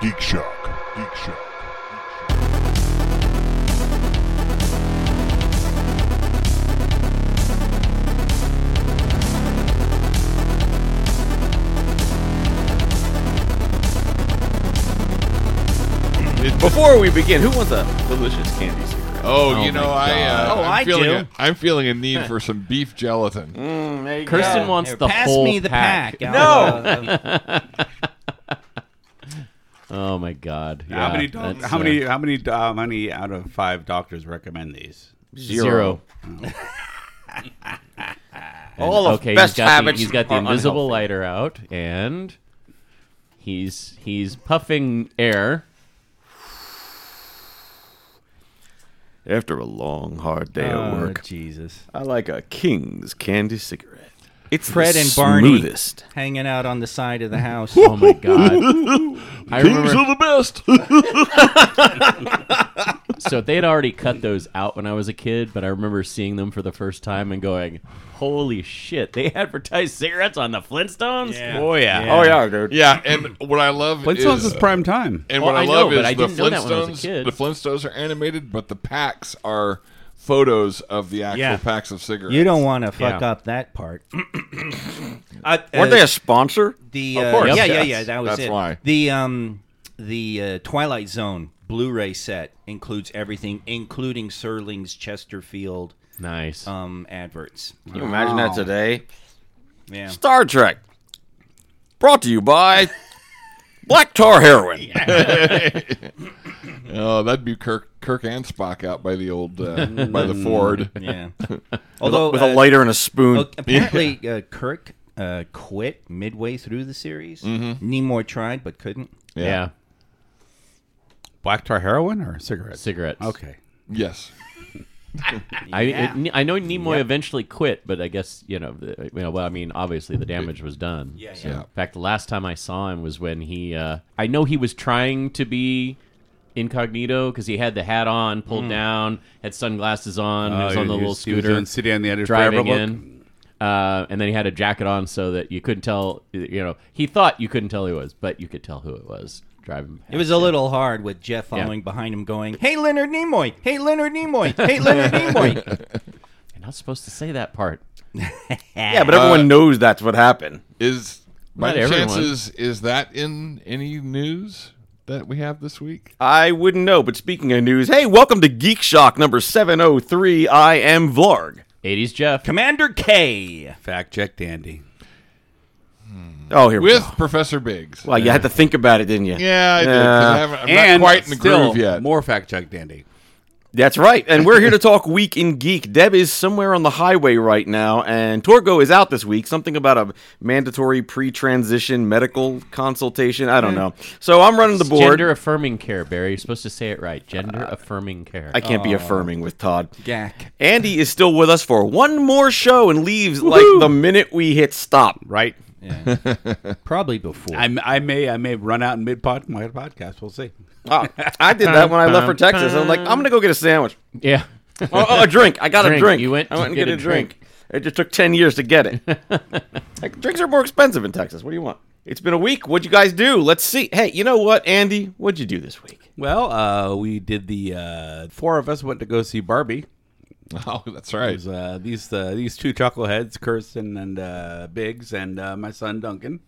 Geek Shock. Geek Shock. Before we begin, who wants a delicious candy cigarette? Oh, you know, I uh, Oh, I'm I feeling do. A, I'm feeling a need for some beef gelatin. Kirsten Yeah. wants Here, the pass whole me the pack. No. oh my god. how Yeah, many? Doc- that's, how uh, many? How many? Uh, how many out of five doctors recommend these? uh, Zero. All of okay, best he's got habits The, he's got the are invisible unhealthy. lighter out, and he's he's puffing air. After a long, hard day Oh, at work, Jesus. I like a King's candy cigarette. Oh, It's Fred the and Barney. smoothest. Hanging out on the side of the house. Oh my god! I remember. the best. So they had already cut those out when I was a kid, but I remember seeing them for the first time and going, "Holy shit! They advertise cigarettes on the Flintstones." Oh yeah. Oh yeah, dude. Yeah, and what I love Flintstones is, is prime time. and Well, what I, I know, love but is I the didn't know that when I was a Flintstones. kid. The Flintstones are animated, but the packs are photos of the actual Yeah. packs of cigarettes. You don't want to fuck Yeah. up that part. uh, Weren't they a sponsor? the Of uh, course, yeah yeah yes. yeah that was That's it. why. The um the uh, Twilight Zone Blu-ray set includes everything, including Serling's Chesterfield Nice. um adverts. Can you imagine that today? Yeah. Star Trek. Brought to you by Black Tar Heroin. Oh, that'd be Kirk, Kirk and Spock out by the old uh, by the Ford. Yeah. With a- Although with uh, a lighter and a spoon. Well, apparently, uh, Kirk uh, quit midway through the series. Nimoy tried but couldn't. yeah. Black tar heroin or cigarettes? Cigarettes. Okay. Yes. I it, I know Nimoy eventually quit, but I guess you know the, you know. Well, I mean, obviously the damage was done. Yeah, yeah. In fact, the last time I saw him was when he. Uh, I know he was trying to be incognito because he had the hat on, pulled down, had sunglasses on, Mm. Uh, Oh, he was on the little scooter And city on the end of driving forever in. Uh, and then he had a jacket on so that you couldn't tell. You know, he thought you couldn't tell who it was, but you could tell who it was driving. It was a little hard with Jeff following behind him, going, "Hey, Leonard Nimoy! Hey, Leonard Nimoy! Hey, Leonard Nimoy!" You're not supposed to say that part. yeah, but Uh, everyone knows that's what happened. Is by Not any everyone. chances is that in any news that we have this week? I wouldn't know, but speaking of news, hey, welcome to Geek Shock number 703. I am Vlog. 80s Jeff. Commander K. Fact check, Dandy. Oh, here we With go. Professor Biggs. Well, you had to think about it, didn't you? yeah, I did. 'cause I Yeah. haven't, I'm and not quite in the still, groove yet. More fact check, Dandy. That's right. And we're here to talk Week in Geek. Deb is somewhere on the highway right now, and Torgo is out this week. Something about a mandatory pre transition medical consultation. I don't know. So I'm running the board. Uh, Gender affirming care, Barry. You're supposed to say it right. Gender affirming care. I can't be affirming with Todd. Gack. Andy is still with us for one more show and leaves like the minute we hit stop. Right. Probably before. I'm, I may I may run out in mid pod my podcast. We'll see. Oh, I did that when I left for Texas. I'm like, I'm gonna go get a sandwich. yeah. Oh, oh, a drink. I got a Drink. drink. You went I to went and get get, a a drink. It just took ten years to get it. like, drinks are more expensive in Texas. What do you want? It's been a week. What'd you guys do? Let's see. Hey, you know what, Andy? What'd you do this week? Well, uh, we did the uh, four of us went to go see Barbie. Oh, that's right. There's, uh, these uh, these two chuckleheads, Kirsten and uh, Biggs, and uh, my son Duncan.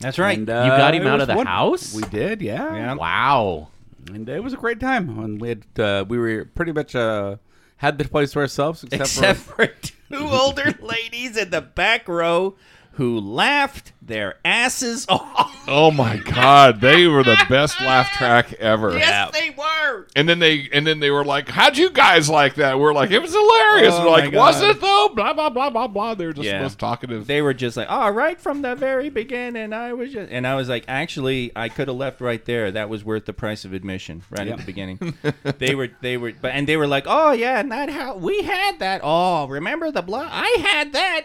That's right. And, uh, You got him it out of the was house? We did, yeah. Yeah. Wow. And it was a great time. And we had uh, we were pretty much uh, had the place to ourselves, except, except for for two older ladies in the back row who laughed their asses off. Oh my God, they were the best laugh track ever. Yes, they were. And then they and then they were like, "How'd you guys like that?" We're like, "It was hilarious." Oh we're like, my "Was God. it though?" Blah blah blah blah blah. They're just Yeah. most talkative. They were just like, "All right, from the very beginning, I was just," and I was like, "Actually, I could have left right there. That was worth the price of admission right at the beginning." they were, they were, but and they were like, "Oh yeah, and that how we had that. Oh, remember the blood? I had that.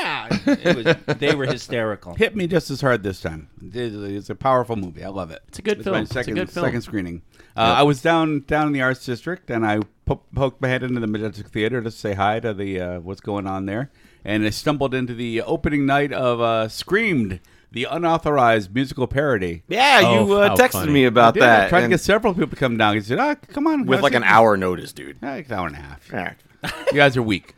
Yeah." It was, they were hysterical. hit me just as hard this time. It- It's a powerful movie. I love it. It's a good film. My It's a second, good film. second screening. Uh, I was down down in the arts district, and I po- poked my head into the Majestic Theater to say hi to the uh, what's going on there, and I stumbled into the opening night of uh, Screamed. the unauthorized musical parody. Yeah, you Oh, uh, how texted funny. me about Yeah, I that. tried to and get several people to come down. He said, "Ah, come on." with guys, like you- an hour notice, dude. Yeah, like an hour and a half. Yeah. You guys are weak.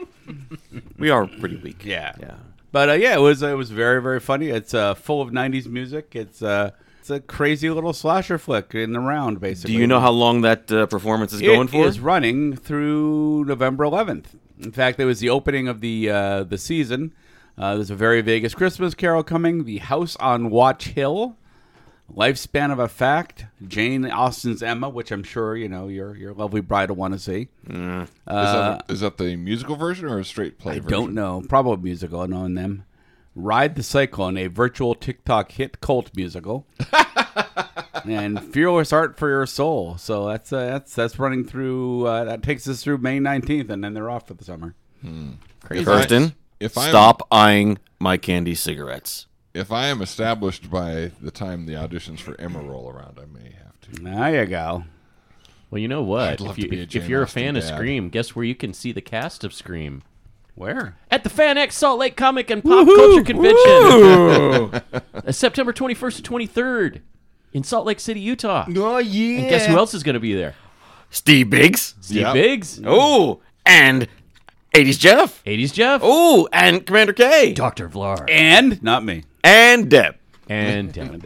We are pretty weak. Yeah. Yeah. But uh, yeah, it was it was very very funny. It's uh, full of '90s music. It's uh, it's a crazy little slasher flick in the round, Do basically. you know how long that uh, performance is going for? It is running through November 11th. In fact, it was the opening of the uh, the season. Uh, there's a very Vegas Christmas Carol coming. The House on Watch Hill, Lifespan of a Fact, Jane Austen's Emma, which I'm sure you know your your lovely bride will want to see. uh, is, that, is that the musical version or a straight play I version? don't know, probably musical knowing them. Ride the Cyclone, a virtual TikTok hit cult musical, and Fearless Art for Your Soul. So that's uh, that's that's running through. Uh, that takes us through May nineteenth, and then they're off for the summer. Crazy. Kirsten, if I am- stop eyeing my candy cigarettes. If I am established by the time the auditions for Emma roll around, I may have to. There you go. Well, you know what? I'd love If, you, to be a if, Jane if you're a Austen fan of dad. Scream, guess where you can see the cast of Scream? Where? At the Fan X Salt Lake Comic and Pop Culture Convention, Uh, September 21st to 23rd in Salt Lake City, Utah. Oh yeah. And guess who else is going to be there? Steve Biggs. Steve Yep. Biggs, Oh, and 80s Jeff. 80s Jeff, Oh, and Commander K. Dr. Vlar, And not me. And Deb. and Devin.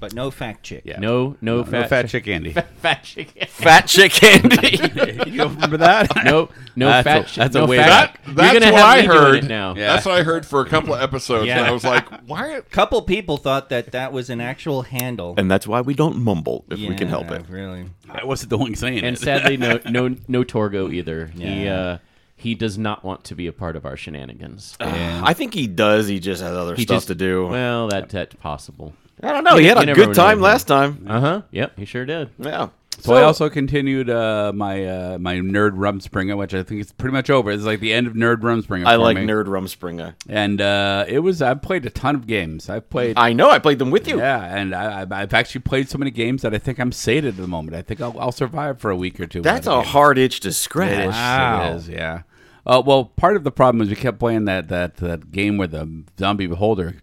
But no fact chick. Yeah. No, no, fat, no fat chick Andy. fat chick. Fat Chick Candy. you don't remember that? No, no That's fat a- chick. that's a no way fat back. chick. That's You're gonna what have I me doing heard. it now. Yeah. That's what I heard for a couple of episodes, and Yeah. I was like, "Why?" Couple people thought that that was an actual handle. and that's why we don't mumble if we can help Yeah, it. Really. I wasn't the one saying And it. sadly, no, no, no Torgo either. He, Yeah. uh, he does not want to be a part of our shenanigans. I think he does. He just has other he stuff just- to do. Well, that, that's possible. I don't know. He had you a never good really time know. last time. Uh huh. Yep, he sure did. Yeah. So, I also continued uh, my uh, my nerd Rumspringa, which I think is pretty much over. It's like the end of nerd Rumspringa. I for like me. Nerd Rumspringa. and uh, it was I've played a ton of games. I've played I know. I played them with you. yeah, and I, I've- I've actually played so many games that I think I'm sated at the moment. I think I'll, I'll survive for a week or two. That's without a game. hard itch to It is, scratch. It is, yeah. Uh, well, part of the problem is we kept playing that that that game where the zombie beholder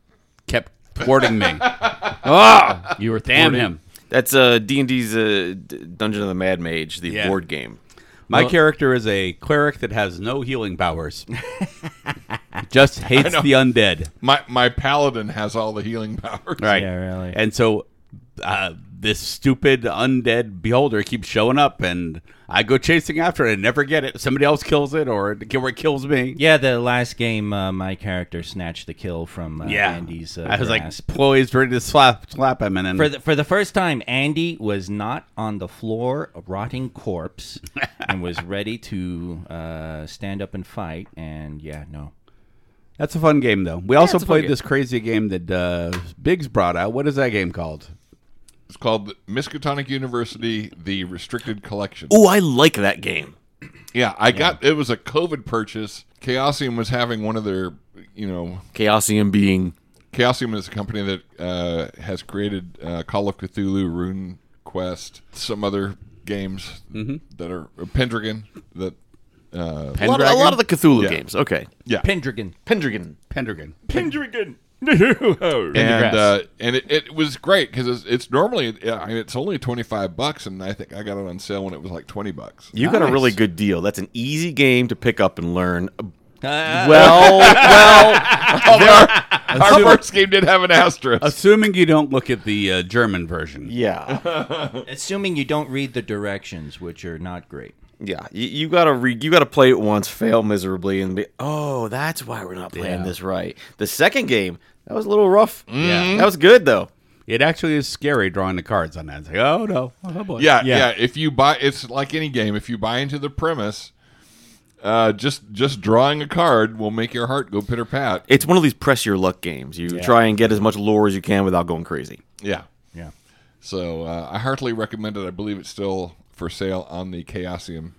kept thwarting me. You were Damn thwarted. him! That's uh, D&D's uh, D- Dungeon of the Mad Mage, the Yeah. board game. My character is a cleric that has no healing powers. Just hates the undead. My my paladin has all the healing powers. Right. Yeah, really. And so uh, this stupid undead beholder keeps showing up, and I go chasing after it and never get it. Somebody else kills it, or it, or it kills me. Yeah, the last game, uh, my character snatched the kill from uh, Yeah. Andy's. Uh, I was grasp. like poised, ready to slap slap him, and then for the, for the first time, Andy was not on the floor, a rotting corpse, and was ready to uh, stand up and fight. And yeah, no. that's a fun game, though. We also it's a fun played game. this crazy game that uh, Biggs brought out. What is that game called? It's called Miskatonic University: The Restricted Collection. Oh, I like that game. Yeah, I got it was a COVID purchase. Chaosium was having one of their, you know, Chaosium being... Chaosium is a company that uh, has created uh, Call of Cthulhu, Rune Quest, some other games that are uh, Pendragon. That uh, A lot, of, a lot of the Cthulhu Yeah. games. Okay. yeah, Pendragon. Pendragon. Pendragon. Pendragon. and grass. uh, and it, it was great because it's, it's normally I mean, it's only twenty five bucks, and I think I got it on sale when it was like twenty bucks. You got a Nice. really good deal. That's an easy game to pick up and learn. Ah. Well, well, there- Our first game did have an asterisk. Assuming you don't look at the uh, German version. yeah, Assuming you don't read the directions, which are not great. yeah. You, you gotta re- you gotta play it once, fail miserably, and be oh, that's why we're not playing Yeah. this right. The second game that was a little rough. Yeah. Mm-hmm. that was good though. It actually is scary drawing the cards on that. It's like, oh no, oh boy. yeah, yeah, If you buy, it's like any game. If you buy into the premise, uh, just just drawing a card will make your heart go pitter pat. It's one of these press your luck games. You try and get as much lore as you can without going crazy. Yeah. Yeah. So uh, I heartily recommend it. I believe it's still for sale on the Chaosium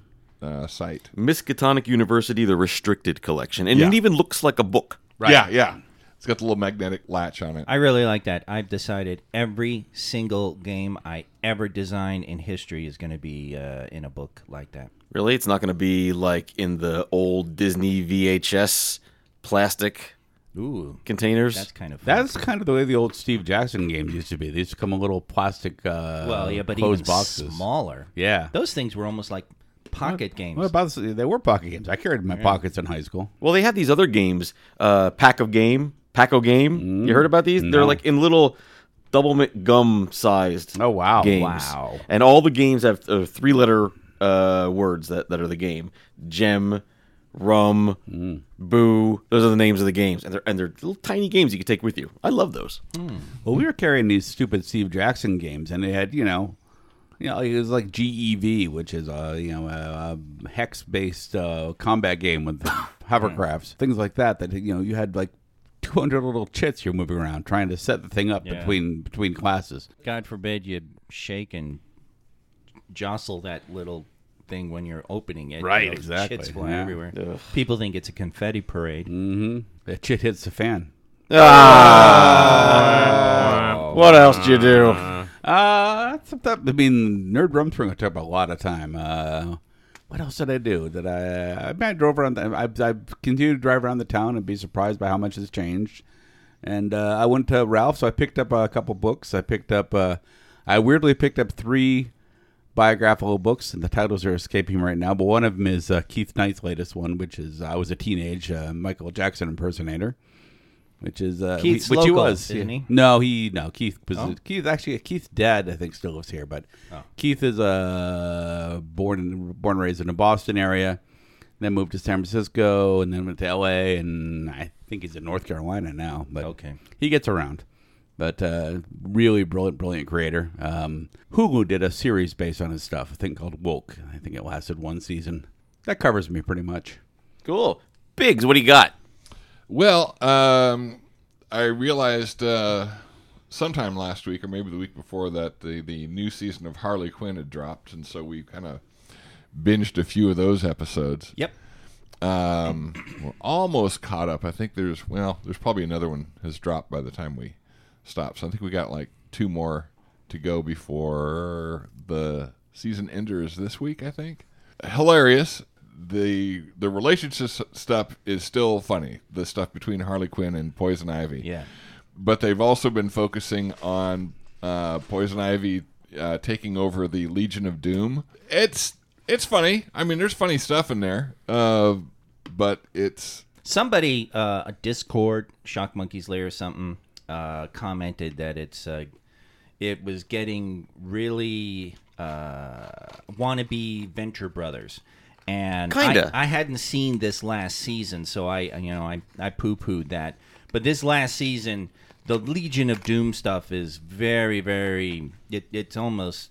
uh, site. Miskatonic University, the restricted collection, and it Yeah. even looks like a book. Right. Yeah, yeah. It's got the little magnetic latch on it. I really like that. I've decided every single game I ever design in history is going to be uh, in a book like that. Really, it's not going to be like in the old Disney VHS plastic Ooh, containers. that's kind of fun. That's kind of the way the old Steve Jackson games used to be. They used to come in little plastic, uh, well, yeah, but closed even boxes. smaller. Yeah. those things were almost like pocket games. What about this? They were pocket games. I carried them in my pockets in high school. Well, they had these other games, uh, pack of game, pack of game. You heard about these? They're like in little double mint gum sized. Oh, wow. games. Wow. And all the games have uh, three letter uh, words that, that are the game: gem, rum, boo. Those are the names of the games, and they're and they're little tiny games you can take with you. I love those. Well, we were carrying these stupid Steve Jackson games, and they had you know, you know, it was like GEV, which is a you know a, a hex-based uh, combat game with hovercrafts, things like that. That you know, you had like. 200 little chits you're moving around trying to set the thing up Yeah. between between classes. God forbid you shake and jostle that little thing when you're opening it. Right, you know, exactly. Shits fly Yeah. everywhere. People think it's a confetti parade. That chit hits the fan. What else do you do? Uh, that's about- I mean, Nerd Rum Tour took up a lot of time. Uh, what else did I do? Did I? I, mean, I drove around. The, I, I continued to drive around the town and be surprised by how much has changed. And uh, I went to Ralph, so I picked up a couple books. I picked up. Uh, I weirdly picked up three biographical books, and the titles are escaping me right now. But one of them is uh, Keith Knight's latest one, which is "I Was a Teenage uh, Michael Jackson Impersonator." Which is uh, Keith's which local, was, isn't he? no, he no Keith was Keith actually Keith's dad I think still lives here, but Keith is uh, born and born and raised in the Boston area, then moved to San Francisco, and then went to L.A. and I think he's in North Carolina now. But Okay. he gets around. But uh, really brilliant, brilliant creator. Um, Hulu did a series based on his stuff, a thing called Woke. I think it lasted one season. That covers me pretty much. Cool. Biggs, what do you got? Well, um, I realized uh, sometime last week, or maybe the week before, that the, the new season of Harley Quinn had dropped, and so we kind of binged a few of those episodes. Yep. Um, we're almost caught up. I think there's well, there's probably another one has dropped by the time we stop. So I think we got like two more to go before the season enders this week. I think hilarious. the The relationship s- stuff is still funny. The stuff between Harley Quinn and Poison Ivy. Yeah. But they've also been focusing on uh, Poison Ivy uh, taking over the Legion of Doom. It's it's funny. I mean, there's funny stuff in there, uh, but it's Somebody, uh, a Discord, Shock Monkeys Lair or something, uh, commented that it's uh, it was getting really uh, wannabe Venture Brothers. And I- Kinda. I, hadn't seen this last season, so I you know I I poo pooed that. But this last season, the Legion of Doom stuff is very very. It, it's almost.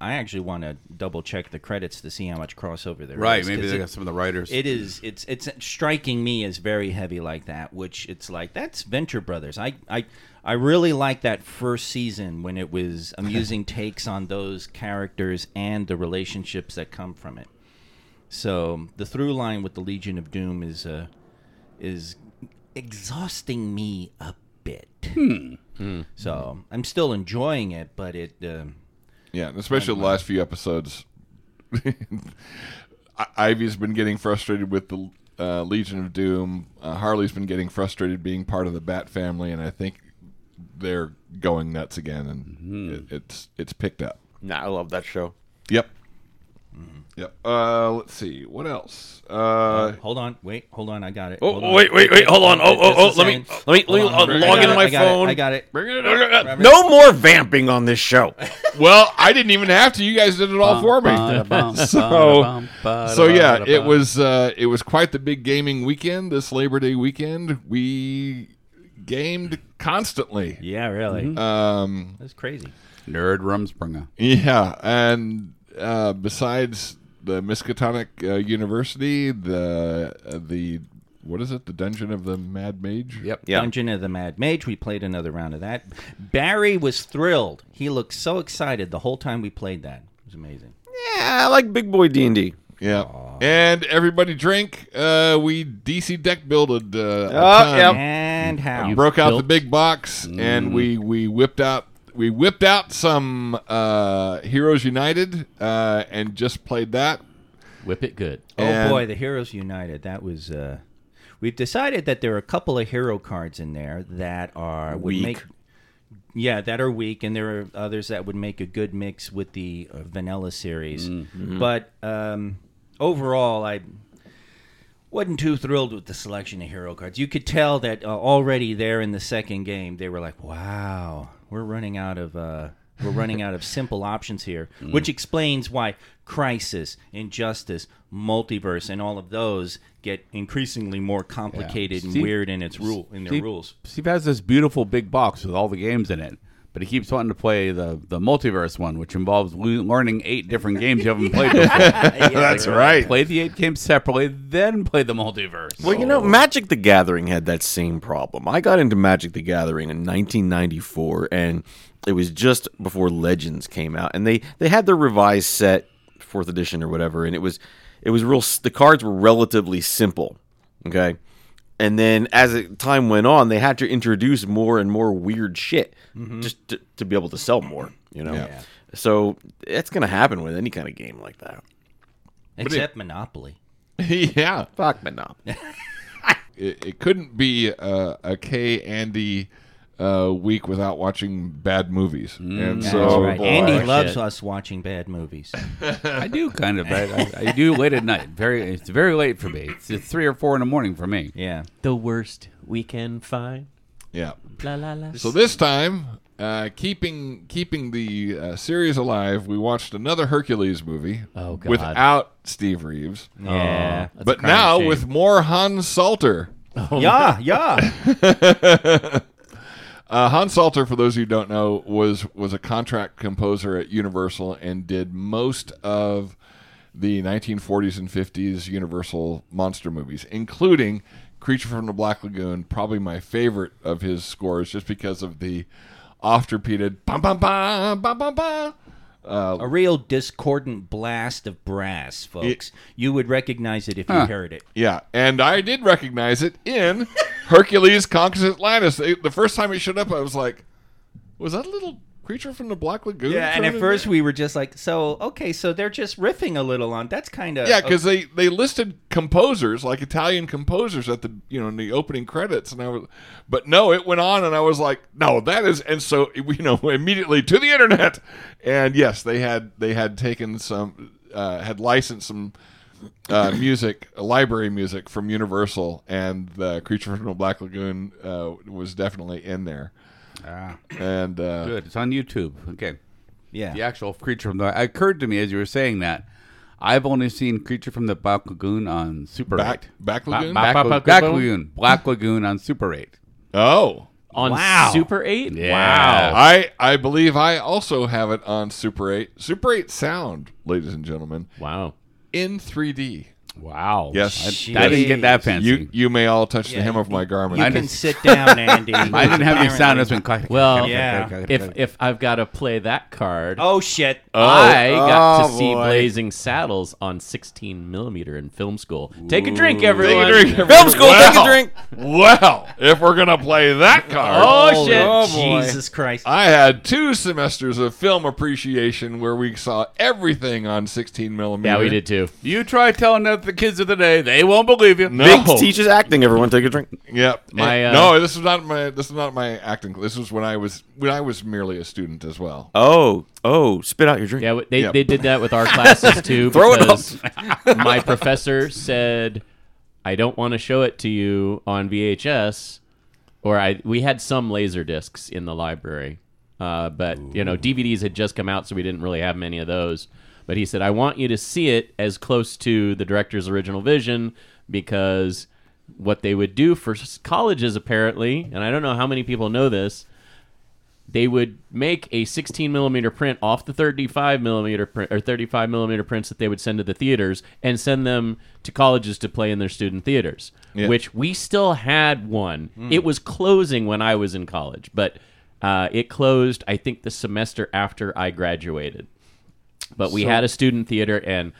I actually want to double check the credits to see how much crossover there is. Right, maybe 'cause they it- got some of the writers. it is. It's it's striking me as very heavy like that, which it's like that's Venture Brothers. I I I really like that first season when it was amusing takes on those characters and the relationships that come from it. So the through line with the Legion of Doom is uh is exhausting me a bit. So I'm still enjoying it, but it. um yeah, and especially the last few episodes. I- Ivy's been getting frustrated with the uh, Legion of Doom. Uh, Harley's been getting frustrated being part of the Bat family, and I think they're going nuts again, and it, it's it's picked up. Nah, I love that show. Yep. Yep. Uh, let's see. What else? Uh, Hold on, wait, hold on, I got it. Oh, hold on. wait, wait, wait, hold on. Oh, oh, Just oh. a Let me, second. let me, let me Hold on. uh, I log got into it, my I got it, phone. I got it. No more vamping on this show. well, I didn't even have to. You guys did it all for me. So- So yeah, it was uh, it was quite the big gaming weekend. This Labor Day weekend, we gamed constantly. Yeah, really. Um, Mm-hmm. That's crazy. Nerd Rumspringer. Yeah, and uh, besides the Miskatonic uh, University, the uh, the what is it? The Dungeon of the Mad Mage. Yep. Yeah. Dungeon of the Mad Mage. We played another round of that. Barry was thrilled. He looked so excited the whole time we played that. It was amazing. yeah, I like big boy D and D. Yeah. And everybody drink. Uh, we DC deck builded. Uh, a Oh, ton. yep. And how? broke out the built- big box and we we whipped out we whipped out some uh, Heroes United uh, and just played that. Whip it good. oh and- boy, the Heroes United. That was. Uh, we've decided that there are a couple of hero cards in there that are would Weak. make yeah, that are weak, and there are others that would make a good mix with the uh, vanilla series. But um, overall, I wasn't too thrilled with the selection of hero cards. You could tell that uh, already there in the second game, they were like, "Wow, we're running out of uh, we're running out of simple options here," which explains why Crisis, Injustice, Multiverse, and all of those get increasingly more complicated and Steve- weird in its rule in their Steve- rules. Steve has this beautiful big box with all the games in it, but he keeps wanting to play the the multiverse one, which involves le- learning eight different games you haven't played before. That's right. play the eight games separately, then play the multiverse. Well, you know, Magic the Gathering had that same problem. I got into Magic the Gathering in 1994, and it was just before Legends came out, and they they had their revised set, fourth edition or whatever, and it was it was real. s- The cards were relatively simple, okay. And then as it, time went on, they had to introduce more and more weird shit Mm-hmm. just to, to be able to sell more, you know. Yeah. So that's going to happen with any kind of game like that. Except Monopoly. yeah. Fuck Monopoly. It, it couldn't be uh, a K Andy uh, week without watching bad movies. and so That's right. boy, Andy loves Shit. us watching bad movies. I do kind of, but I, I do late at night. Very, it's very late for me. It's, it's three or four in the morning for me. Yeah. The worst we can find. Yeah. La la la. So this time, uh, keeping keeping the uh, series alive, we watched another Hercules movie Oh, God. without Steve Reeves, Yeah. That's a but crying now shame. with more Hans Salter. Yeah, yeah. Uh, Hans Salter, for those who don't know, was was a contract composer at Universal and did most of the 1940s and 50s Universal monster movies, including Creature from the Black Lagoon, probably my favorite of his scores, just because of the oft-repeated bum bum bum bum bum bum. A real discordant blast of brass, folks. you would recognize it if you heard it. Yeah, and I did recognize it in Hercules Conquers Atlantis. They- The first time it showed up, I was like, "Was that a little creature from the Black Lagoon?" Yeah, and thrown at in first there? we were just like, so okay, so they're just riffing a little on. That's kind of yeah, because they they listed composers like Italian composers at the you know in the opening credits, and I was, but no, it went on, and I was like, "No, that is," and so you know immediately to the internet, and yes, they had they had taken some uh, had licensed some uh, music, library music from Universal, and the Creature from the Black Lagoon uh, was definitely in there. Ah, And uh, good. It's on YouTube. Okay. yeah. The actual creature from the it occurred to me as you were saying that. I've only seen Creature from the Black Lagoon on Super back 8. back Ba- lagoon. Back, Ba- ba- Lagoon- ba- Black ba- Lagoon. Black Lagoon on Super 8. oh, on Wow. Super Eight. Yeah. Wow. I I believe I also have it on Super 8. Super 8 sound, ladies and gentlemen, Wow. in 3D. Wow. Yes. I, I didn't get that fancy. You you may all touch the Yeah, hem of my You garment. can sit down, Andy. I didn't have any sound. It's been quite, Well, Yeah. If if I've got to play that card, Oh shit! I got to Oh, see boy. Blazing Saddles on 16 millimeter in film school. Take a drink, everyone. Film school, take a drink. Well, if we're gonna play that card, Oh shit! Jesus Christ! I had two semesters of film appreciation where we saw everything on 16 millimeter. Yeah, we did too. you try telling that to the kids of the day, they won't believe you. No. Biggs teaches acting. Everyone, take a drink. Yep. My, And- uh, no, this is not my this is not my acting. This was when I was when I was merely a student as well. Oh, oh, spit out your drink. Yeah, w- they, Yep. they did that with our classes too. Throw it because my professor said, "I don't want to show it to you on VHS." Or I we had some laser discs in the library, uh, but you know DVDs had just come out, so we didn't really have many of those. But he said, "I want you to see it as close to the director's original vision because." What they would do for s- colleges, apparently, and I don't know how many people know this, they would make a 16 millimeter print off the 35 millimeter print or 35 millimeter prints that they would send to the theaters and send them to colleges to play in their student theaters which we still had one it was closing when i was in college but uh, it closed i think the semester after i graduated but we had a student theater and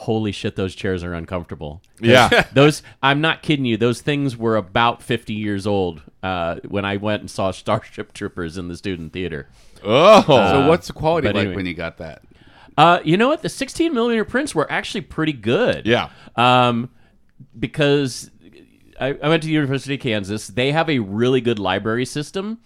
holy shit those chairs are uncomfortable Yeah. those i'm not kidding you those things were about 50 years old uh, when i went and saw starship troopers in the student theater oh. So what's the quality but like anyway. when you got that? uh, you know what the 16 millimeter prints were actually pretty good Yeah. um, because I, I went to the University of Kansas. They have a really good library system,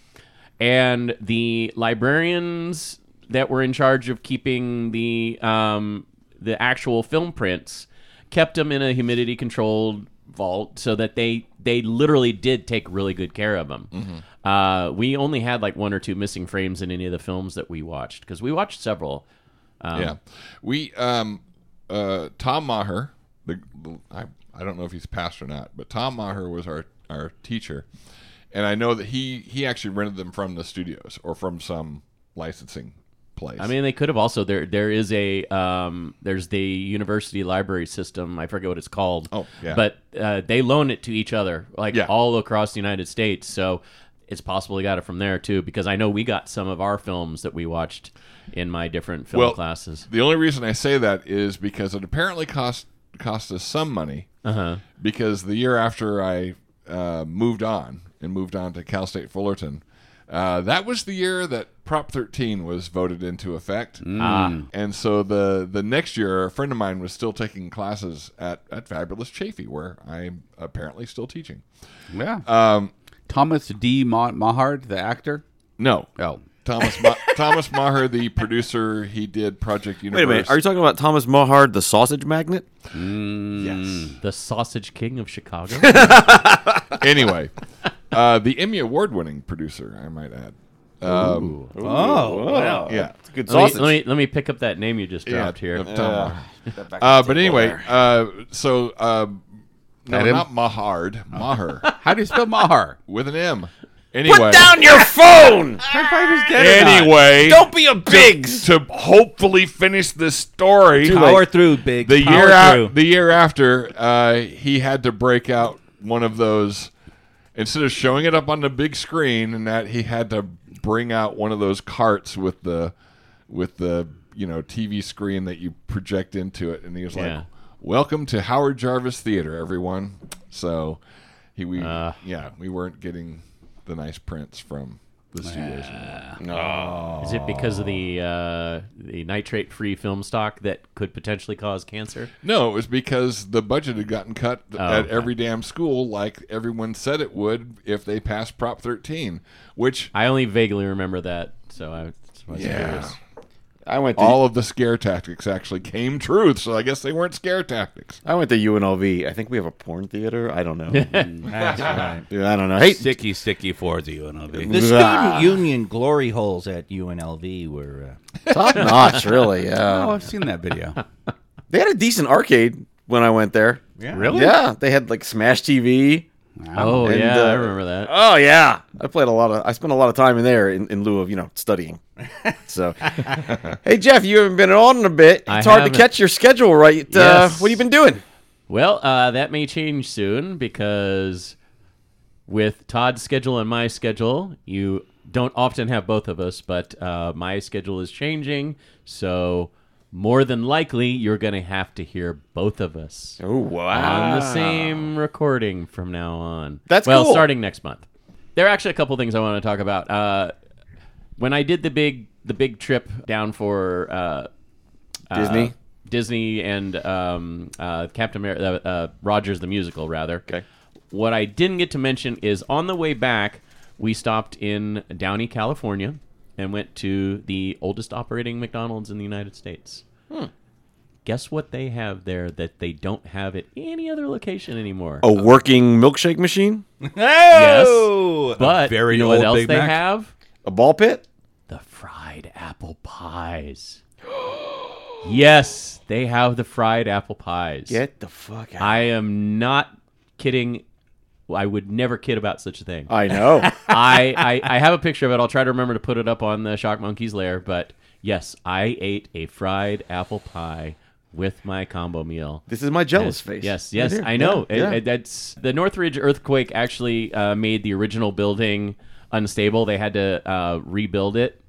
and the librarians that were in charge of keeping the um, the actual film prints kept them in a humidity controlled vault so that they they literally did take really good care of them. Uh, we only had like one or two missing frames in any of the films that we watched because we watched several. yeah, we um, uh, Tom Maher. The, I I don't know if he's passed or not, but Tom Maher was our our teacher, and I know that he he actually rented them from the studios or from some licensing place. I mean, they could have also there. There is a um, there's the university library system. I forget what it's called. Oh, yeah. But uh, they loan it to each other, like Yeah. all across the United States. So it's possible they got it from there too, because I know we got some of our films that we watched in my different film Well, classes. The only reason I say that is because it apparently cost cost us some money. Because the year after I uh, moved on and moved on to Cal State Fullerton, uh, that was the year that Prop 13 was voted into effect. Ah. And so the the next year, a friend of mine was still taking classes at at Fabulous Chafee, where I'm apparently still teaching. Yeah. Um, Thomas D. Ma- Mahard, the actor. No. uh, Oh, Thomas Ma- Thomas Maher, the producer, he did Project Wait Universe. a minute. Are you talking about Thomas Mahard, the sausage magnet? yes. The Sausage King of Chicago. anyway, uh, the Emmy award-winning producer, I might add. Um, Oh, wow. yeah, It's a good let, me, sausage. let me let me pick up that name you just yeah, dropped here. of Tom Maher. Uh, but anyway, uh, so uh, no, That him? not Mahard, Maher how do you spell Mahar? with an M. Anyway, Put down your phone. anyway, Don't be a bigs. to hopefully finish this story. Power through, big. the power year through. out, the year after, uh, he had to break out one of those. Instead of showing it up on the big screen, and that he had to bring out one of those carts with the with the you know TV screen that you project into it, and he was like, Yeah. "Welcome to Howard Jarvis Theater, everyone." So he we Uh. yeah we weren't getting the nice prints from the studios. Is it because of the uh, the nitrate free film stock that could potentially cause cancer? No, it was because the budget had gotten cut Oh, at every damn school, like everyone said it would if they passed Prop 13. Which, I only vaguely remember that, so I. that's why I was curious. I went to all of the scare tactics actually came true. So I guess they weren't scare tactics. I went to UNLV. I think we have a porn theater. I don't know. Dude, That's right. I don't know. Hey, Sticky, sticky for the UNLV. The Ah. student union glory holes at UNLV were. Uh, top notch, really. Yeah. Oh, I've seen that video. They had a decent arcade when I went there. yeah. Yeah, they had like Smash TV. Oh And, yeah, uh, I remember that. Oh yeah, I played a lot of. I spent a lot of time in there in, in lieu of you know studying. So, hey Jeff, you haven't been on in a bit. It's I hard haven't. to catch your schedule right. Uh, Yes. what have you been doing? Well, uh, that may change soon because with Todd's schedule and my schedule, you don't often have both of us, but uh, my schedule is changing, so more than likely you're going to have to hear both of us Oh wow, on the same recording from now on. That's well, cool. starting next month. There are actually a couple things I want to talk about. Uh, when I did the big the big trip down for uh, Disney. uh, Disney and um, uh, Captain America, uh, uh, Rogers the musical, rather. Okay. What I didn't get to mention is on the way back, we stopped in Downey, California, and went to the oldest operating McDonald's in the United States. Hmm. Guess what they have there that they don't have at any other location anymore? Oh. a working milkshake machine, Oh! but very you know what old else Big they Mac. have? a ball pit. the fried apple pies. yes, they have the fried apple pies. Get the fuck out. I am not kidding. I would never kid about such a thing. I know. I, I, I have a picture of it. I'll try to remember to put it up on the Shock Monkeys lair. But yes, I ate a fried apple pie with my combo meal. this is my jealous Yes, face. Yes, Right yes, here. I know. Yeah, It- yeah. it- that's the Northridge earthquake actually uh, made the original building unstable. They had to uh, rebuild it,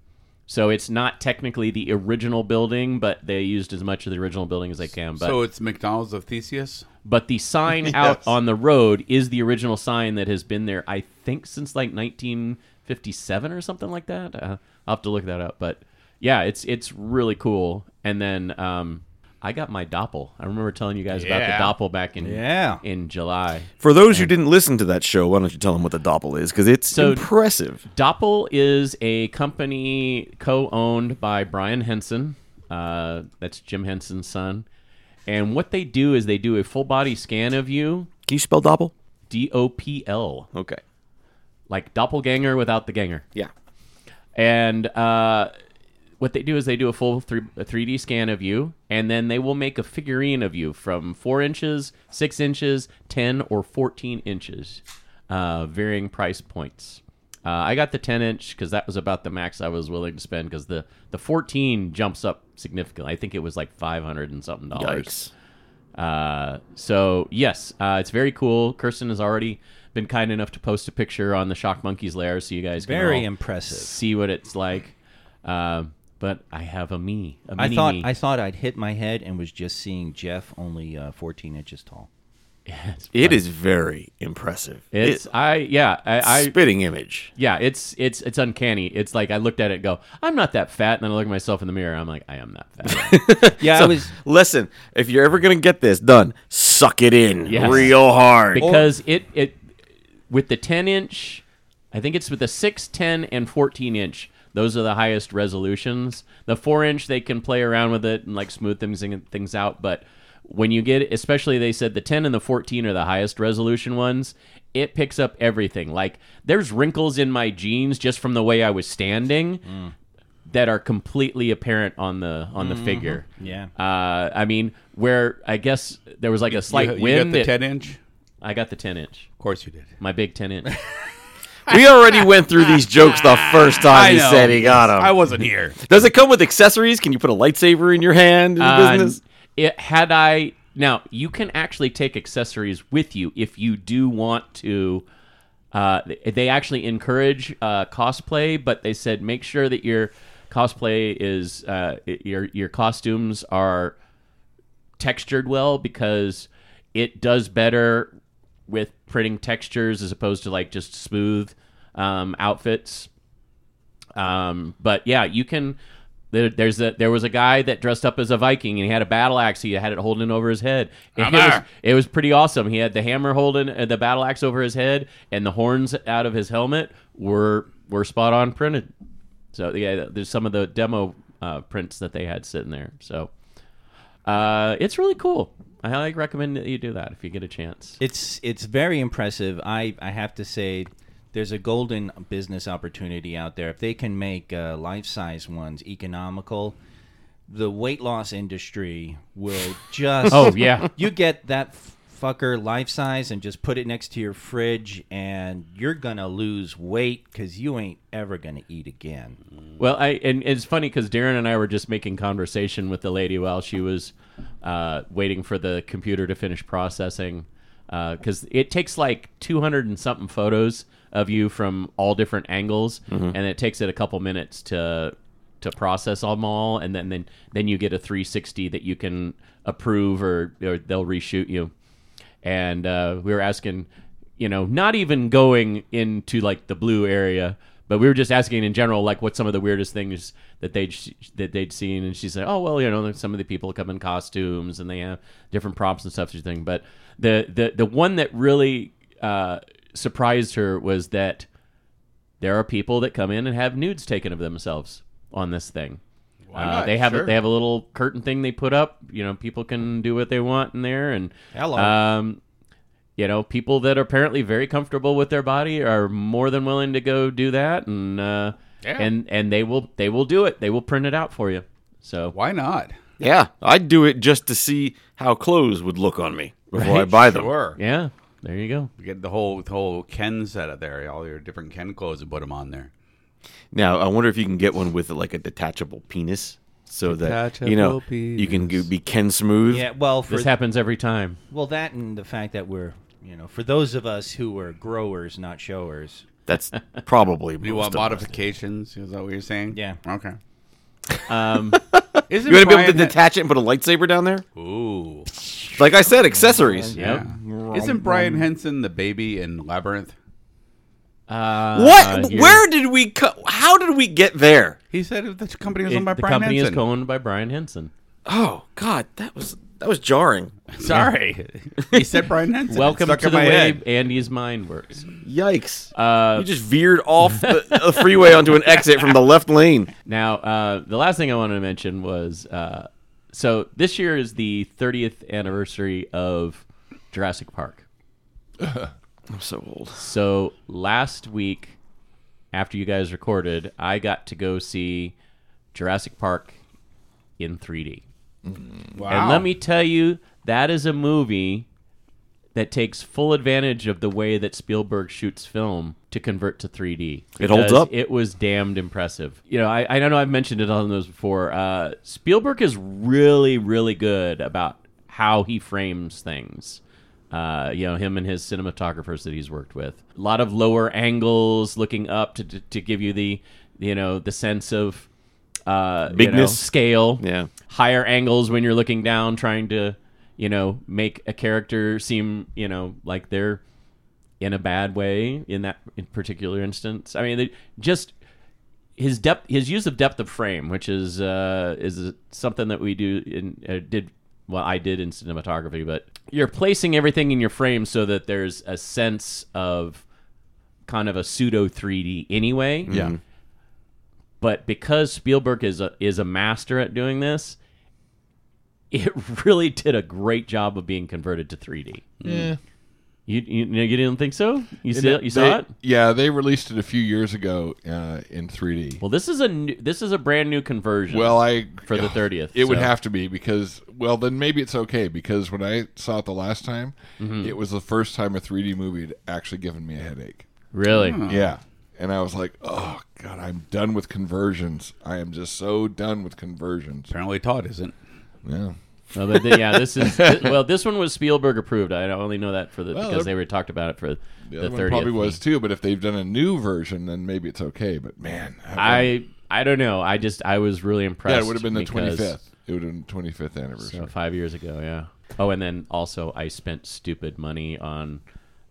so it's not technically the original building, but they used as much of the original building as they can. But so it's McDonald's of Theseus. but the sign out on the road is the original sign that has been there, I think, since like 1957 or something like that. Uh, I'll have to look that up. But yeah, it's it's really cool. And then um, I got my doppel. I remember telling you guys Yeah. about the doppel back in Yeah. in July. For those who didn't listen to that show, why don't you tell them what the doppel is? Because it's So- impressive. Doppel is a company co-owned by Brian Henson. Uh, that's Jim Henson's son. And what they do is they do a full body scan of you, Can you spell doppel? D O P L, Okay. like doppelganger without the ganger. Yeah. And uh, what they do is they do a full three, a 3D scan of you, and then they will make a figurine of you from 4 inches, 6 inches, 10, or 14 inches, uh, varying price points. Uh, I got the 10 inch because that was about the max I was willing to spend because the, the 14 jumps up significantly. I think it was like 500 and something dollars. Yikes. Uh, so yes, uh, it's very cool. Kirsten has already been kind enough to post a picture on the Shock Monkeys lair, so you guys can Very all impressive. see what it's like. Uh, but I have a me. a I mini thought me. I thought I'd hit my head and was just seeing Jeff only uh, 14 inches tall. it's, It is very impressive. it's I yeah I, I spitting image. yeah it's it's it's uncanny. It's like I looked at it and go I'm not that fat, and then I look at myself in the mirror. I'm like I am that fat. Yeah, I So, was listen, if you're ever gonna get this done, suck it in Yes. real hard. because it it with the 10 inch i think it's with the 6 10 and 14 inch those are the highest resolutions the 4 inch they can play around with it and like smooth things in- things out but when you get especially they said the 10 and the 14 are the highest resolution ones it picks up everything like there's wrinkles in my jeans just from the way i was standing Mm. that are completely apparent on the on Mm-hmm. the figure Yeah. uh, i mean where i guess there was like a slight you, you got wind the that- 10 inch? I got the 10 inch. Of course you did. My big 10 inch. we already went through these jokes the first time he said he got them. I wasn't here. Does it come with accessories? Can you put a lightsaber in your hand? In Uh, business? it had I now you can actually take accessories with you if you do want to uh, th- they actually encourage uh, cosplay, but they said make sure that your cosplay is uh, i- your your costumes are textured well because it does better with printing textures as opposed to like just smooth um, outfits. Um, but yeah, you can. There, there's a there was a guy that dressed up as a Viking and he had a battle axe. He had it holding over his head. And it, was, it was pretty awesome. He had the hammer holding uh, the battle axe over his head, and the horns out of his helmet were were spot on printed. So yeah, there's some of the demo uh, prints that they had sitting there. So uh, it's really cool. I highly recommend that you do that if you get a chance. it's it's very impressive. I I have to say, there's a golden business opportunity out there. If they can make uh, life size ones economical, the weight loss industry will just. Oh, yeah. you get that f- fucker life size and just put it next to your fridge, and you're gonna lose weight because you ain't ever gonna eat again. Well, I and it's funny because Darren and I were just making conversation with the lady while she was uh, waiting for the computer to finish processing because it takes like 200 and something photos of you from all different angles, and it takes it a couple minutes to to process them all, and then then then you get a 360 that you can approve or, or they'll reshoot you and uh, we were asking, you know, not even going into like the blue area, but we were just asking in general, like what some of the weirdest things that they would that they'd seen, and she said, oh well, you know, there's some of the people come in costumes and they have different props and stuff, such thing. But the the the one that really uh, surprised her was that there are people that come in and have nudes taken of themselves on this thing. Uh, not? They have Sure. a, they have a little curtain thing they put up. You know, people can do what they want in there, and Hello. um, you know, people that are apparently very comfortable with their body are more than willing to go do that, and uh, and and they will they will do it. They will print it out for you. So Why not? yeah, I'd do it just to see how clothes would look on me before I buy them. Sure. yeah, there you go. You get the whole the whole Ken set up there, all your different Ken clothes, and put them on there. Now, I wonder if you can get one with like a detachable penis, so that you know Detachable you can go- be Ken smooth. Yeah, well, for This happens every time. well that and the fact that we're you know for those of us who were growers, not showers. That's probably. You want most of us. modifications? Is that what you're saying? Yeah. Okay. Um, Isn't You want to be able Brian to Hen- detach it and put a lightsaber down there? Ooh. Like I said, accessories. yep. Yeah. Isn't Brian Henson the baby in Labyrinth? Oh Uh, What? you're- Where did we? Co- how did we get there? He said the company was it- owned by the Brian company Henson. is owned by Brian Henson. Oh God, that was that was jarring. Sorry, he said Brian Henson. Welcome stuck to in the my way head. Andy's mind works. Yikes! Uh, you just veered off the, the freeway onto an exit from the left lane. Now, uh, the last thing I wanted to mention was uh, so this year is the 30th anniversary of Jurassic Park. I'm so old. So last week, after you guys recorded, I got to go see Jurassic Park in 3D. Mm. wow. And let me tell you, that is a movie that takes full advantage of the way that Spielberg shoots film to convert to 3D. It holds Because up. It was damned impressive. You know, I, I know I've mentioned it on those before. Uh, Spielberg is really, really good about how he frames things. Uh, you know, him and his cinematographers that he's worked with. A lot of lower angles looking up to, to, to give you the, you know, the sense of uh, you know, Bigness. scale Yeah. higher angles when you're looking down trying to you know make a character seem you know like they're in a bad way in that in particular instance i mean they just his depth his use of depth of frame which is uh is something that we do in uh, did well i did in cinematography but you're placing everything in your frame so that there's a sense of kind of a pseudo 3d anyway yeah but because Spielberg is a is a master at doing this, it really did a great job of being converted to 3D. Yeah. You you, know, you didn't think so? You see, you saw it? Yeah, they released it a few years ago uh, in 3D. Well, this is a new, this is a brand new conversion. Well, I for the 30th, It would so. have to be because well, then maybe it's okay because when I saw it the last time, Mm-hmm. it was the first time a 3D movie had actually given me a headache. really. Yeah. And I was like, "Oh god, I'm done with conversions. I am just so done with conversions." Apparently, Todd isn't. Yeah. Well, but th- yeah, this is th- well. This one was Spielberg approved. I only know that for the Well, because there- they were talked about it for The the other one thirtieth. probably was too, but if they've done a new version, then maybe it's okay. But man, that would- I I don't know. I just I was really impressed. yeah, it would have been the because- 25th. It would have been 25th anniversary. So five years ago, yeah. Oh, and then also I spent stupid money on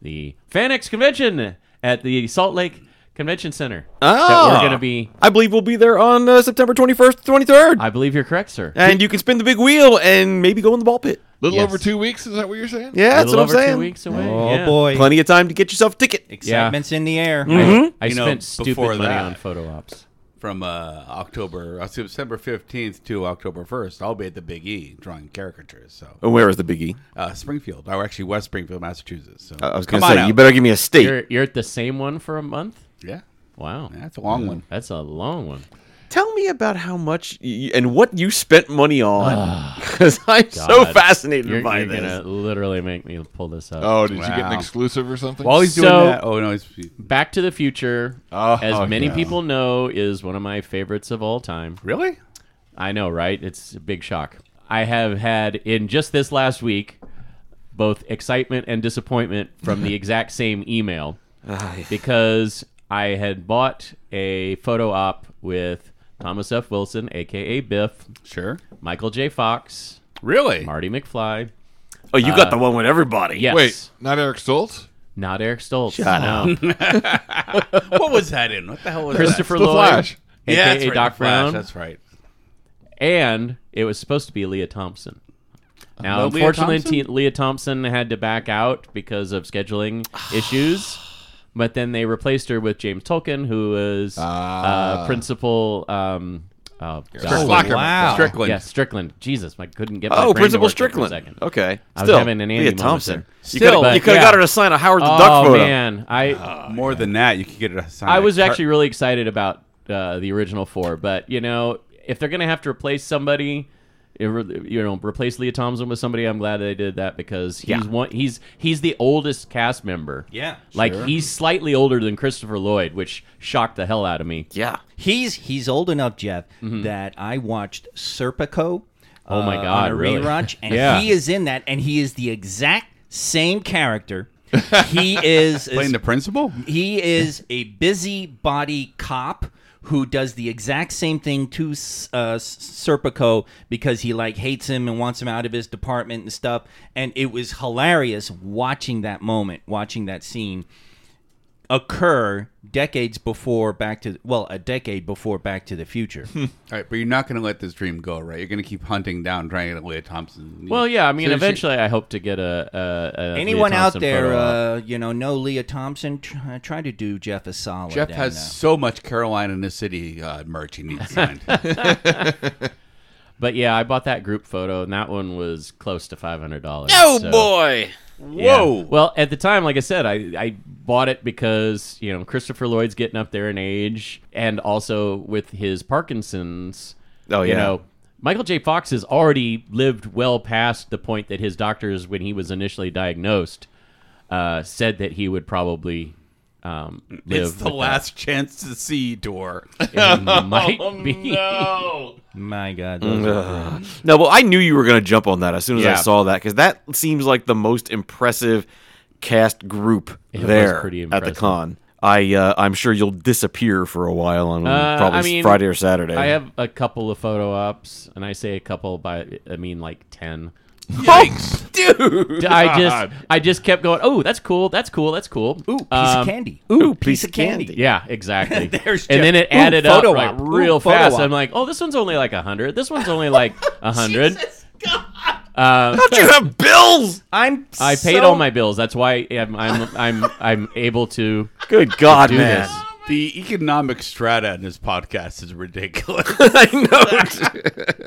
the Fanex convention at the Salt Lake Convention Center. That Ah. we're gonna be. I believe we'll be there on uh, September 21st, 23rd, I believe you're correct, sir. and you can spin the big wheel and maybe go in the ball pit. Little Yes. over two weeks. Is that what you're saying? Yeah, that's Little what I'm over saying. two weeks away. Oh yeah. boy, Plenty of time to get yourself a ticket. excitement's in the air. Mm-hmm. I You know, spent stupid before money that- on photo ops. From uh, October, uh, September fifteenth to October first, I'll be at the Big E drawing caricatures. So Oh, Where is the biggie? uh, Springfield, or actually West Springfield, Massachusetts. So I was come gonna say on out. you better give me a state. You're you're at the same one for a month. Yeah, Wow, that's a long one. that's a long one. Tell me about how much y- and what you spent money on, because I'm so Ah, God. fascinated You're, by you're this. gonna literally make me pull this up. Oh, did you get Wow. an exclusive or something? While he's doing So- that, oh no, he's Back to the Future, Oh, as many yeah. people know, is one of my favorites of all time. really I know, right? It's a big shock. I have had in just this last week both excitement and disappointment from the exact same email because I had bought a photo op with Thomas F. Wilson, aka Biff, sure, Michael J. Fox, really. Marty McFly. oh, you got the uh, one with everybody. Yes, Wait, not Eric Stoltz? not Eric Stoltz. Shut no. what was that in? What the hell was Christopher The Lloyd, Flash. that? aka Yeah, that's right, Doc the Flash, Brown. That's right. and it was supposed to be Leah Thompson. Now, Uh-huh. No Leah unfortunately, Thompson? Te- Leah Thompson had to back out because of scheduling issues. But then they replaced her with James Tolkien, who was Ah. uh, principal. Um, oh, God. Locker- wow. Strickland. yeah, Strickland. Jesus, I couldn't get. My Oh, brain to Principal work there for a Strickland. second. Okay. I was Still, having an Andy Leah moment Thompson. there. You could Still, have but- got her yeah. to sign a Howard the Duck Oh photo. man, I Uh, More than that, you could get it. assigned I a was car- actually really excited about uh, the original four, but you know, if they're gonna have to replace somebody, it re- you know, replace Leah Thompson with somebody, I'm glad they did that because he's Yeah. one. He's he's the oldest cast member. Yeah, like he's slightly older than Christopher Lloyd, which shocked the hell out of me. Yeah. He's he's old enough, Jeff, that I watched Serpico. Mm-hmm. Oh my uh, God, on a really? rewatch, and Yeah. he is in that, and he is the exact same character. He is playing the principal. He is a busybody cop who does the exact same thing to uh, Serpico because he like hates him and wants him out of his department and stuff. And it was hilarious watching that moment, watching that scene. occur decades before Back to well, a decade before Back to the Future. All right, but you're not going to let this dream go, right? You're going to keep hunting down, trying to get Leah Thompson. Well, yeah. I mean, So she- eventually, I hope to get a, a, a Anyone Leah out Thompson there, photo op. uh, you know, know Leah Thompson? Try, try to do Jeff a solid. Jeff and, has uh, so much Carolina in the City uh, merch he needs signed. but yeah, I bought that group photo, and that one was close to five hundred dollars. Oh boy! Whoa! Well, at the time, like I said, I, I bought it because, you know, Christopher Lloyd's getting up there in age and also with his Parkinson's. Oh, You yeah. know, Michael J. Fox has already lived well past the point that his doctors, when he was initially diagnosed, uh, said that he would probably um, live. it's the with last chance to see door. that. Oh, It might be. my God, those are great. No, well, I knew you were going to jump on that as soon as I Yeah. saw that because that seems like the most impressive cast group was there pretty at the impressive. con. I uh, I'm sure you'll disappear for a while on Uh, probably I mean, Friday or Saturday. I have a couple of photo ops, and I say a couple by, I mean like 10. Yikes, dude! I just I just kept going. Oh, that's cool. That's cool. That's cool. Ooh, piece Um, of candy. Ooh, piece of candy. Yeah, exactly. There's and Jeff. then it Ooh, added up photo like op. Ooh, real photo fast. op. I'm like, oh, this one's only like a hundred. This one's only like a hundred. How'd you have bills? I'm. I paid so- all my bills. That's why I'm I'm I'm, I'm able to Good God, do man! this. The economic strata in this podcast is ridiculous. I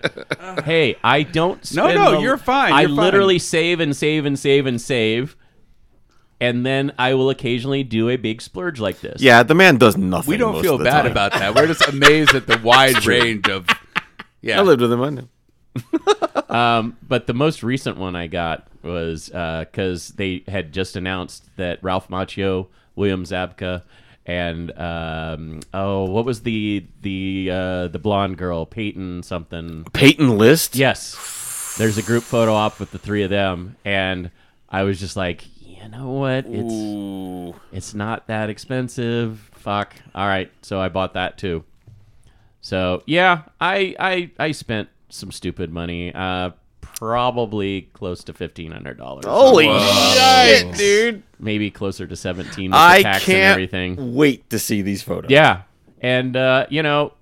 know. Hey, I don't. No, spend no, the- you're fine, I you're fine. literally save and save and save and save, and then I will occasionally do a big splurge like this. yeah, the man does nothing. we most don't feel of the bad time. about that. We're just amazed at the wide range of. Yeah, I lived with him. I know. Um, but the most recent one I got was because they had just announced that Ralph Macchio, William Zabka, and um, oh, what was the the uh, the blonde girl, Peyton something? Peyton List. Yes, there's a group photo op with the three of them, and I was just like, you know what? It's it's not that expensive. Fuck. All right, so I bought that too. So yeah, I I I spent some stupid money. Uh, probably close to fifteen hundred dollars. Holy shit, dude! maybe closer to seventeen. With the I tax can't and everything. wait to see these photos. Yeah, and uh, you know,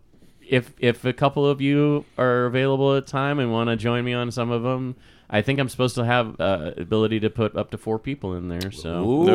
if if a couple of you are available at time and want to join me on some of them, I think I'm supposed to have uh, ability to put up to four people in there. So.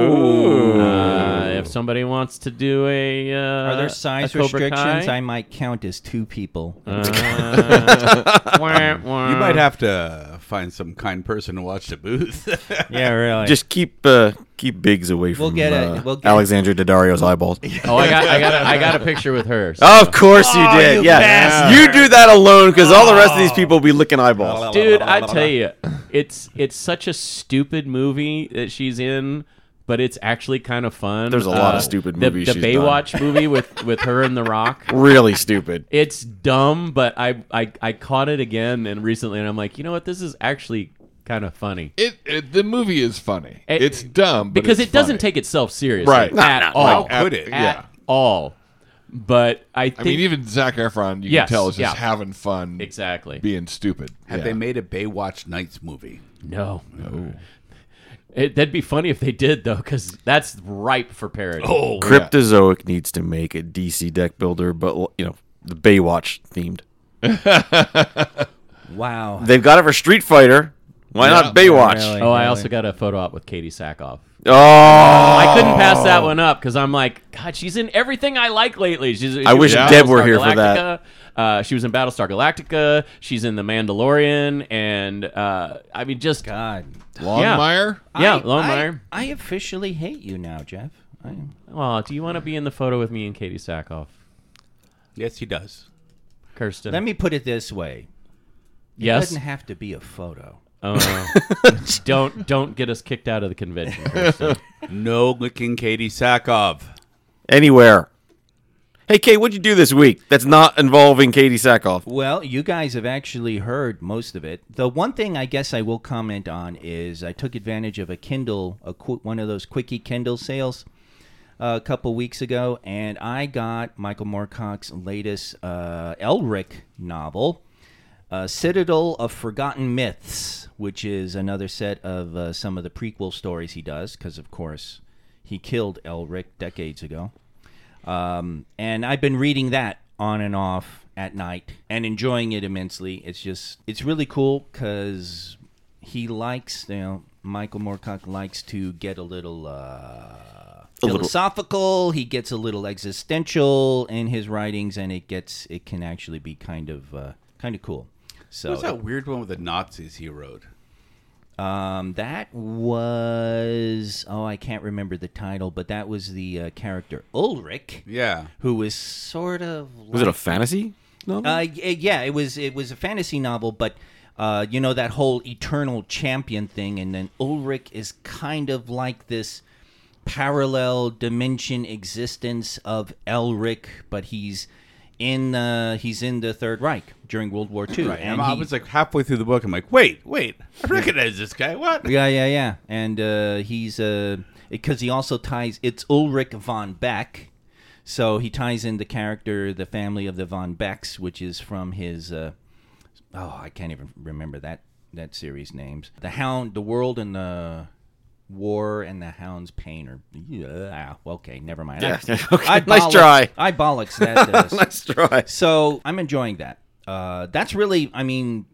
Uh, if somebody wants to do a, uh, Are there a size Cobra restrictions? Kai? I might count as two people. Uh, Uh, Wah, wah. you might have to find some kind person to watch the booth. yeah, really. Just keep uh, keep Biggs away from We'll get a- uh, we'll get- Alexandra Daddario's eyeballs. Oh, I got, I got, a, I got a picture with her. so- Of course you did. yes. You do that alone because all the rest of these people will be licking eyeballs. dude, I tell you, it's it's such a stupid movie that she's in, but it's actually kind of fun. Uh, There's a lot of stupid the- movies The, she's Baywatch movie with with her and The Rock. Really stupid. It's dumb, but I, I I caught it again and recently, and I'm like, you know what? This is actually kind of funny. It, it the movie is funny. It- it's dumb but because it's it doesn't funny. take itself seriously Right. No, at all. How could it? At all. But I think I mean, even Zach Efron, you Yes, can tell is just yeah. having fun, exactly. being stupid. Have Yeah. they made a Baywatch Nights movie? No, no. It, that'd be funny if they did though, because that's ripe for parody. Oh, Cryptozoic needs to make a DC deck builder, but you know the Baywatch themed. wow. They've got it for Street Fighter. Why not Baywatch? really. Oh, I also got a photo op with Katie Sackhoff. Oh, I couldn't pass that one up because I'm like, God, she's in everything I like lately. She's, she's I wish in Deb were Battlestar here for that. Galactica. Uh, she was in Battlestar Galactica. She's in The Mandalorian, and uh, I mean, just God. Longmire? yeah, I- Longmire. I, I officially hate you now, Jeff. I, Oh, do you want to be in the photo with me and Katie Sackhoff, Yes, he does. Kirsten? let me put it this way. It yes. doesn't have to be a photo. Oh, don't don't get us kicked out of the convention. Kirsten. No licking Katie Sackhoff. anywhere. Hey, Kate, what'd you do this week? That's not involving Katie Sackhoff. Well, you guys have actually heard most of it. The one thing I guess I will comment on is I took advantage of a Kindle, a qu- one of those quickie Kindle sales uh, a couple weeks ago, and I got Michael Moorcock's latest uh, Elric novel, uh, Citadel of Forgotten Myths, which is another set of uh, some of the prequel stories he does, because of course He killed Elric decades ago. Um, and I've been reading that on and off at night and enjoying it immensely. It's just, it's really cool because he likes, you know, Michael Moorcock likes to get a little uh, little- philosophical. He gets a little existential in his writings, and it gets, it can actually be kind of, uh, kind of cool. So What's that weird one with the Nazis he wrote? um, that was oh, I can't remember the title, but that was the uh, character Ulrich, Yeah. who was sort of Was it a fantasy? No. uh, y- yeah, it was it was a fantasy novel, but uh, you know that whole eternal champion thing, and then Ulrich is kind of like this parallel dimension existence of Elric, but he's in uh, he's in the Third Reich during World War II, Right. and And I he- was like halfway through the book. I'm like, wait, wait, I recognize this guy. What? Yeah, yeah, yeah. And uh, he's because he also ties it's Ulrich von Beck, so he ties in the character, the family of the von Becks, which is from his. Uh, oh, I can't even remember that that series names. The Hound, the World, and the War and the Hound's Pain, or yeah. Okay, never mind. Yeah, I, okay, I nice bollocks- try. I bollocks that. uh, Let's try. so I'm enjoying that. Uh, that's really, I mean,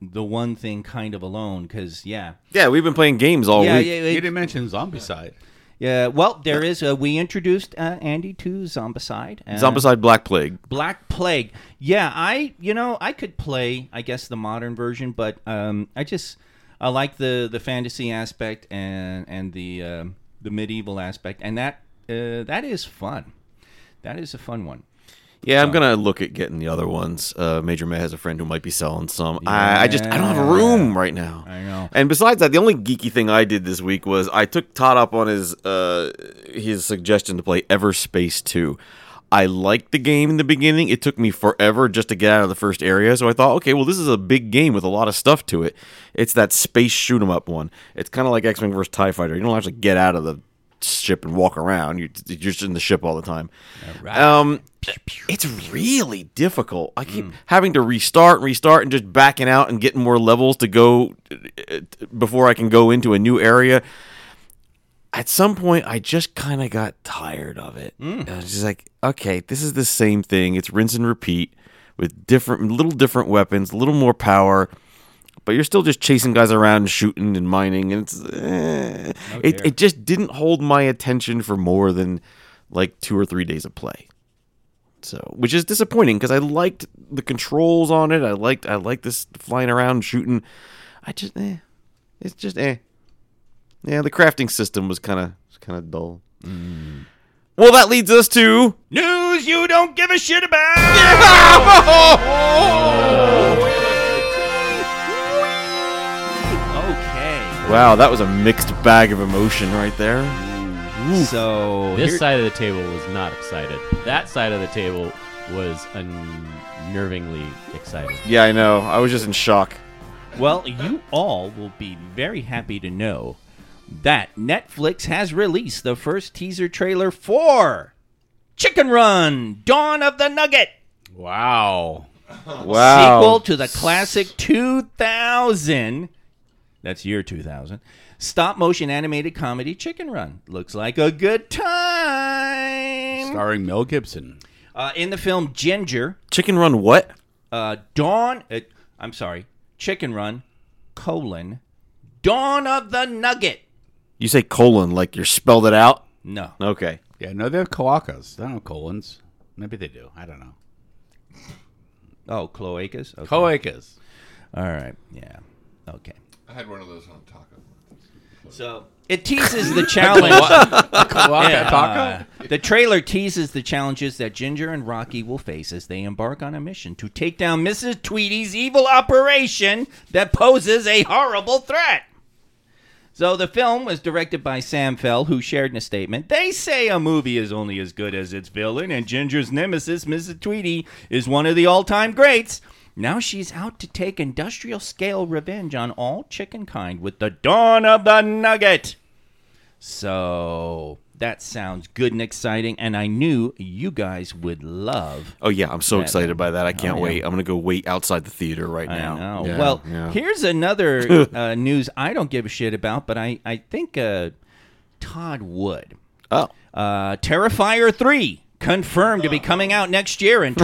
the one thing kind of alone because yeah, Yeah, we've been playing games all yeah, week. yeah, He it- didn't mention Zombicide. yeah. Well, there is. Uh, we introduced uh, Andy to Zombicide. And Zombicide Black Plague. Black Plague. Yeah, I you know I could play I guess the modern version, but um, I just I like the the fantasy aspect and and the um, the medieval aspect, and that uh, that is fun. That is a fun one. Yeah, I'm gonna look at getting the other ones. Uh, Major May has a friend who might be selling some. I, I just I don't have a room right now. I know. And besides that, the only geeky thing I did this week was I took Todd up on his uh, his suggestion to play Everspace Two. I liked the game in the beginning. It took me forever just to get out of the first area, so I thought, okay, well, this is a big game with a lot of stuff to it. It's that space shoot 'em up one. It's kind of like X Men vs. Tie E Fighter. You don't actually get out of the ship and walk around. You're, you're just in the ship all the time. Um, it's really difficult. I keep having to restart and restart and just backing out and getting more levels to go uh, before I can go into a new area. At some point, I just kind of got tired of it. And I was just like, okay, this is the same thing. It's rinse and repeat with different, little different weapons, a little more power but you're still just chasing guys around and shooting and mining and it's eh. it, it just didn't hold my attention for more than like two or three days of play so which is disappointing because i liked the controls on it i liked i liked this flying around and shooting i just eh. it's just eh yeah the crafting system was kind of kind of dull Mm. well that leads us to News you don't give a shit about. Okay. wow that was a mixed bag of emotion right there So This here- side of the table was not excited. That side of the table was unnervingly excited. yeah i know i was just in shock Well, you all will be very happy to know that Netflix has released the first teaser trailer for Chicken Run Dawn of the Nugget, Wow. wow sequel to the classic 2000, that's year 2000, stop motion animated comedy Chicken Run. Looks like a good time. Starring Mel Gibson. Uh, in the film Ginger, Chicken Run what? uh, Dawn. Uh, I'm sorry, Chicken Run, colon, Dawn of the Nugget. You say colon like you spelled it out? No, Okay. Yeah, no, they have Koakas. They don't have colons. Maybe they do. I don't know. oh, cloacas. Okay. Koakas. All right, yeah, okay. I had one of those on taco. So it teases the challenge. Koaka Yeah, taco? uh, the trailer teases the challenges that Ginger and Rocky will face as they embark on a mission to take down Mrs. Tweedy's evil operation that poses a horrible threat. So the film was directed by Sam Fell, who shared in a statement, "They say a movie is only as good as its villain, and Ginger's nemesis, Mrs. Tweedy, is one of the all-time greats. Now she's out to take industrial-scale revenge on all chicken kind with the dawn of the nugget." So that sounds good and exciting, and I knew you guys would love. Oh yeah, I'm so excited by that. I can't Oh, yeah. wait. I'm gonna go wait outside the theater right I now. know. Yeah, well, yeah. here's another uh, news I don't give a shit about, but I I think uh, Todd would. Oh. Uh, Terrifier 3 confirmed to be coming out next year in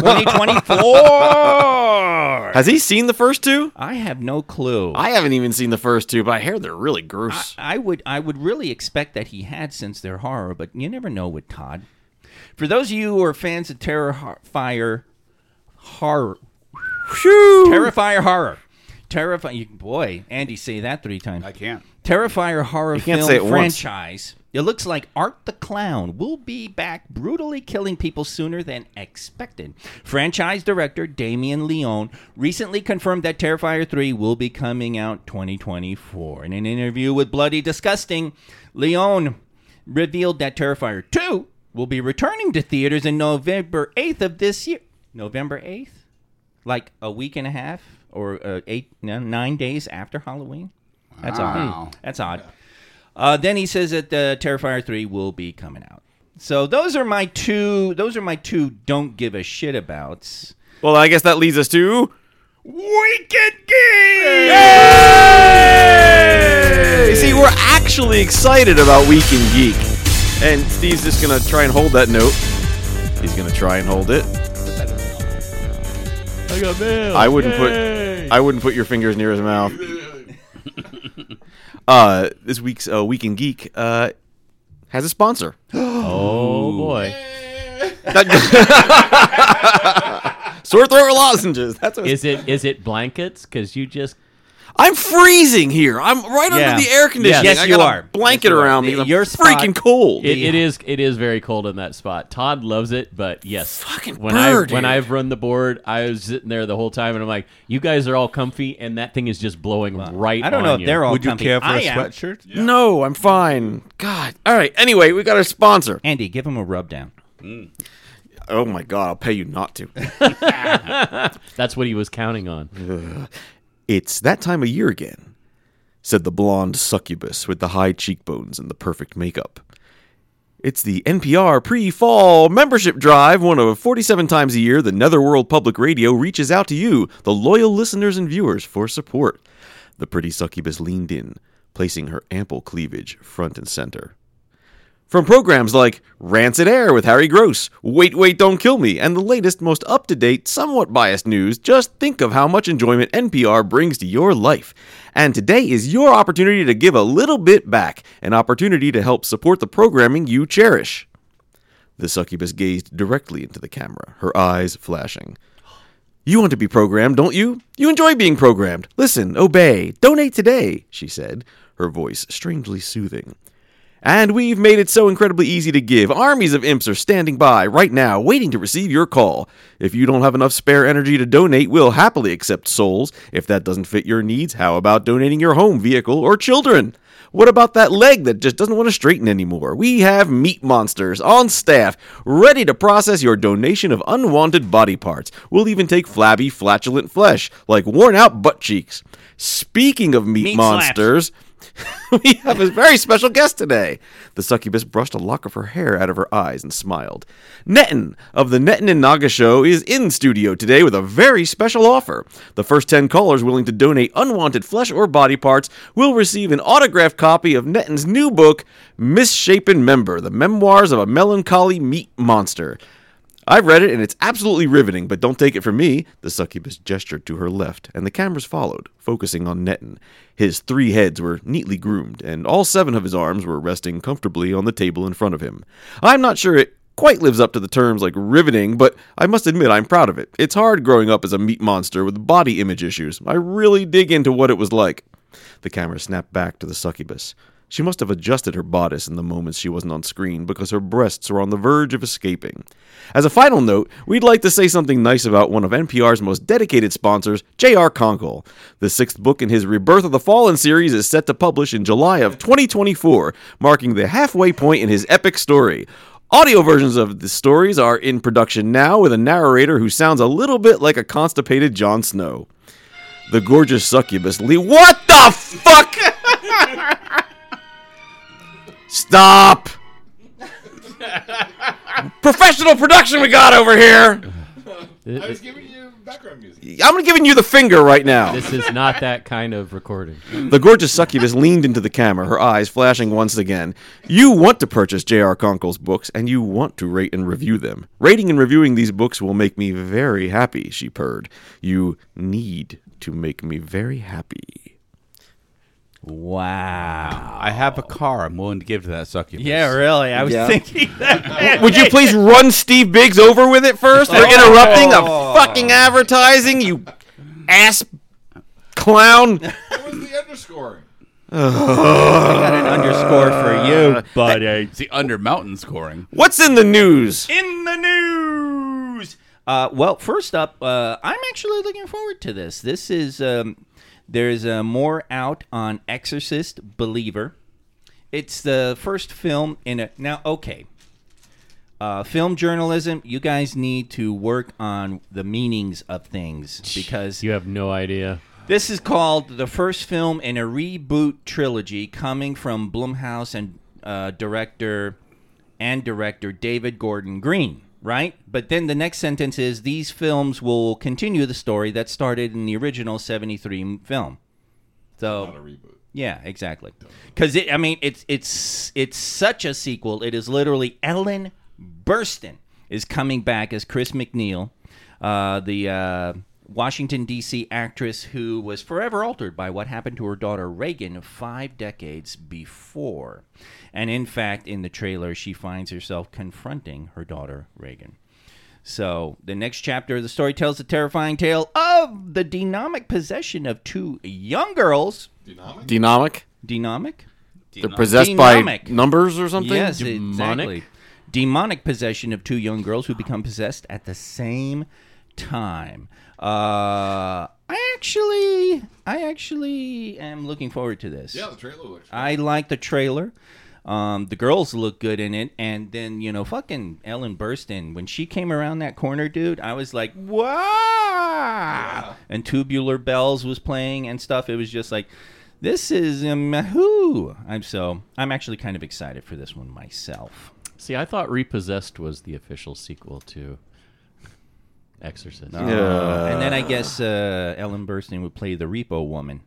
2024. Has he seen the first two? I have no clue. I haven't even seen the first two, but I hear they're really gross. I would I would really expect that he had since they're horror, but you never know with Todd. For those of you who are fans of Terrifier horror, Terrifier horror, Terrifier boy, Andy, say that three times. I can't. Terrifier horror can't film say it once. franchise. It looks like Art the Clown will be back brutally killing people sooner than expected. Franchise director Damien Leone recently confirmed that Terrifier 3 will be coming out 2024. In an interview with Bloody Disgusting, Leone revealed that Terrifier 2 will be returning to theaters in November 8th of this year. November 8th? Like a week and a half or uh, eight, no, nine days after Halloween? That's Wow. odd. That's odd. Uh, then he says that uh, Terrifier three will be coming out. So those are my two. Those are my two. Don't give a shit abouts. Well, I guess that leads us to Wicked game. You see, we're actually excited about Week in Geek. And Steve's just going to try and hold that note. He's going to try and hold it. I got mail. I wouldn't put I wouldn't put your fingers near his mouth. uh, this week's uh, Week in Geek uh, has a sponsor. Oh boy. Sore throat or lozenges. That's what Is it is it blankets? Because you just I'm freezing here. I'm right Yeah. under the air conditioning. Yes, I you got are. A blanket Yes, you are. around me. The- I'm your spot- freaking cold. it, it is it is very cold in that spot. Todd loves it, but yes, Fucking when bird, I when dude. I've run the board, I was sitting there the whole time, and I'm like, you guys are all comfy, and that thing is just blowing right. I don't on know if you. they're all. Would you comfy. care for I a am. sweatshirt? No, I'm fine. God. All right. Anyway, we got our sponsor. Andy, give him a rub down. Oh my god, I'll pay you not to. That's what he was counting on. It's that time of year again, said the blonde succubus with the high cheekbones and the perfect makeup. It's the NPR pre fall membership drive, one of 47 times a year the Netherworld Public Radio reaches out to you, the loyal listeners and viewers, for support. The pretty succubus leaned in, placing her ample cleavage front and center. From programs like Rancid Air with Harry Gross, Wait, Wait, Don't Kill Me, and the latest, most up to date, somewhat biased news, just think of how much enjoyment NPR brings to your life. And today is your opportunity to give a little bit back, an opportunity to help support the programming you cherish. The succubus gazed directly into the camera, her eyes flashing. You want to be programmed, don't you? You enjoy being programmed. Listen, obey, donate today, she said, her voice strangely soothing. And we've made it so incredibly easy to give. Armies of imps are standing by right now, waiting to receive your call. If you don't have enough spare energy to donate, we'll happily accept souls. If that doesn't fit your needs, how about donating your home, vehicle, or children? What about that leg that just doesn't want to straighten anymore? We have meat monsters on staff, ready to process your donation of unwanted body parts. We'll even take flabby, flatulent flesh, like worn out butt cheeks. Speaking of meat, Meat slaps. monsters, we have a very special guest today. The succubus brushed a lock of her hair out of her eyes and smiled. Netton of the Netton and Naga Show is in studio today with a very special offer. The first 10 callers willing to donate unwanted flesh or body parts will receive an autographed copy of Netton's new book, Misshapen Member The Memoirs of a Melancholy Meat Monster. I've read it and it's absolutely riveting, but don't take it from me. The succubus gestured to her left, and the cameras followed, focusing on Netton. His three heads were neatly groomed, and all seven of his arms were resting comfortably on the table in front of him. I'm not sure it quite lives up to the terms like riveting, but I must admit I'm proud of it. It's hard growing up as a meat monster with body image issues. I really dig into what it was like. The camera snapped back to the succubus. She must have adjusted her bodice in the moments she wasn't on screen because her breasts were on the verge of escaping. As a final note, we'd like to say something nice about one of NPR's most dedicated sponsors, J.R. Conkle. The sixth book in his Rebirth of the Fallen series is set to publish in July of 2024, marking the halfway point in his epic story. Audio versions of the stories are in production now with a narrator who sounds a little bit like a constipated Jon Snow. The gorgeous succubus Lee. What the fuck? Stop! Professional production we got over here. It- it- giving you background music. I'm giving you the finger right now. This is not that kind of recording. The gorgeous succubus leaned into the camera, her eyes flashing once again. You want to purchase J.R. Conkle's books, and you want to rate and review them. Rating and reviewing these books will make me very happy, she purred. You need to make me very happy. Wow. I have a car. I'm willing to give to that succubus. Yeah, really. I was Yeah. thinking that. Would you please run Steve Biggs over with it first? Oh. They're interrupting a fucking advertising, you ass clown. What was the underscoring? an underscore for you, buddy. It's the under mountain scoring. What's in the news? in the news. Uh, well, first up, uh, I'm actually looking forward to this. This is um, there's uh, more out on Exorcist Believer. It's the first film in a now. Okay, uh, film journalism. You guys need to work on the meanings of things because You have no idea. this is called the first film in a reboot trilogy coming from Blumhouse and uh, director and director David Gordon Green, right? But then the next sentence is these films will continue the story that started in the original 73 film. So Not a reboot. yeah, exactly. Because it, I mean, it's it's it's such a sequel. It is literally Ellen Burstyn is coming back as Chris McNeil, uh, the uh, Washington D.C. actress who was forever altered by what happened to her daughter Reagan five decades before, and in fact, in the trailer, she finds herself confronting her daughter Reagan. So, the next chapter of the story tells the terrifying tale of the demonic possession of two young girls Denomic? Denomic? demonic? They're possessed by Denomic. numbers or something? Yes, exactly. Demonic possession of two young girls who become possessed at the same time. Uh, I actually, I actually am looking forward to this. yeah, the trailer looks. I like the trailer. Um, the girls look good in it, and then you know, fucking Ellen Burstyn when she came around that corner, dude. I was like, wow! And Tubular Bells was playing and stuff. It was just like, this is um, who I'm so I'm actually kind of excited for this one myself. See, I thought Repossessed was the official sequel to Exorcist. Uh, and then I guess uh, Ellen Burstyn would play the Repo Woman.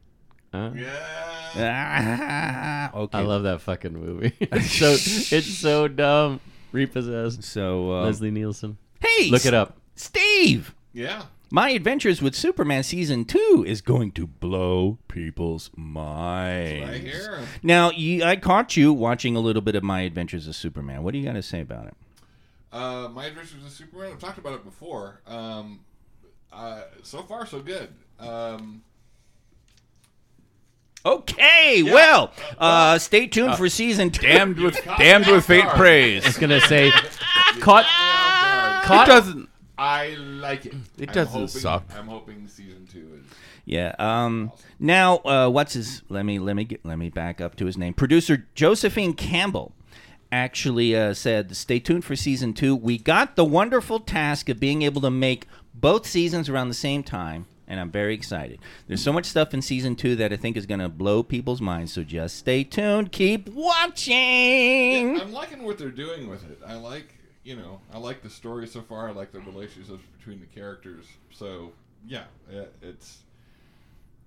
Yeah. Ah, okay. I love that fucking movie. It's so it's so dumb. Repossessed. so uh, Leslie Nielsen. hey, Look it up. Steve. Yeah. My Adventures with Superman season two is going to blow people's minds. I hear. him. Now, you, I caught you watching a little bit of My Adventures with Superman. What do you got to say about it? Uh, my adventures with Superman. I've talked about it before. Um, uh, so far, so good. Um, Okay, well, uh, stay tuned for season two. Damned with damned with faint praise. It's gonna say caught It caught doesn't. I like it. It I'm doesn't hoping, suck. I'm hoping season two is. Yeah. Um, now, uh, what's his? Let me let me get, let me back up to his name. Producer Josephine Campbell actually uh, said, "Stay tuned for season two. We got the wonderful task of being able to make both seasons around the same time." And I'm very excited. There's so much stuff in season two that I think is going to blow people's minds. So just stay tuned. Keep watching. I'm liking what they're doing with it. I like, you know, I like the story so far. I like the relationships between the characters. So yeah, it, it's,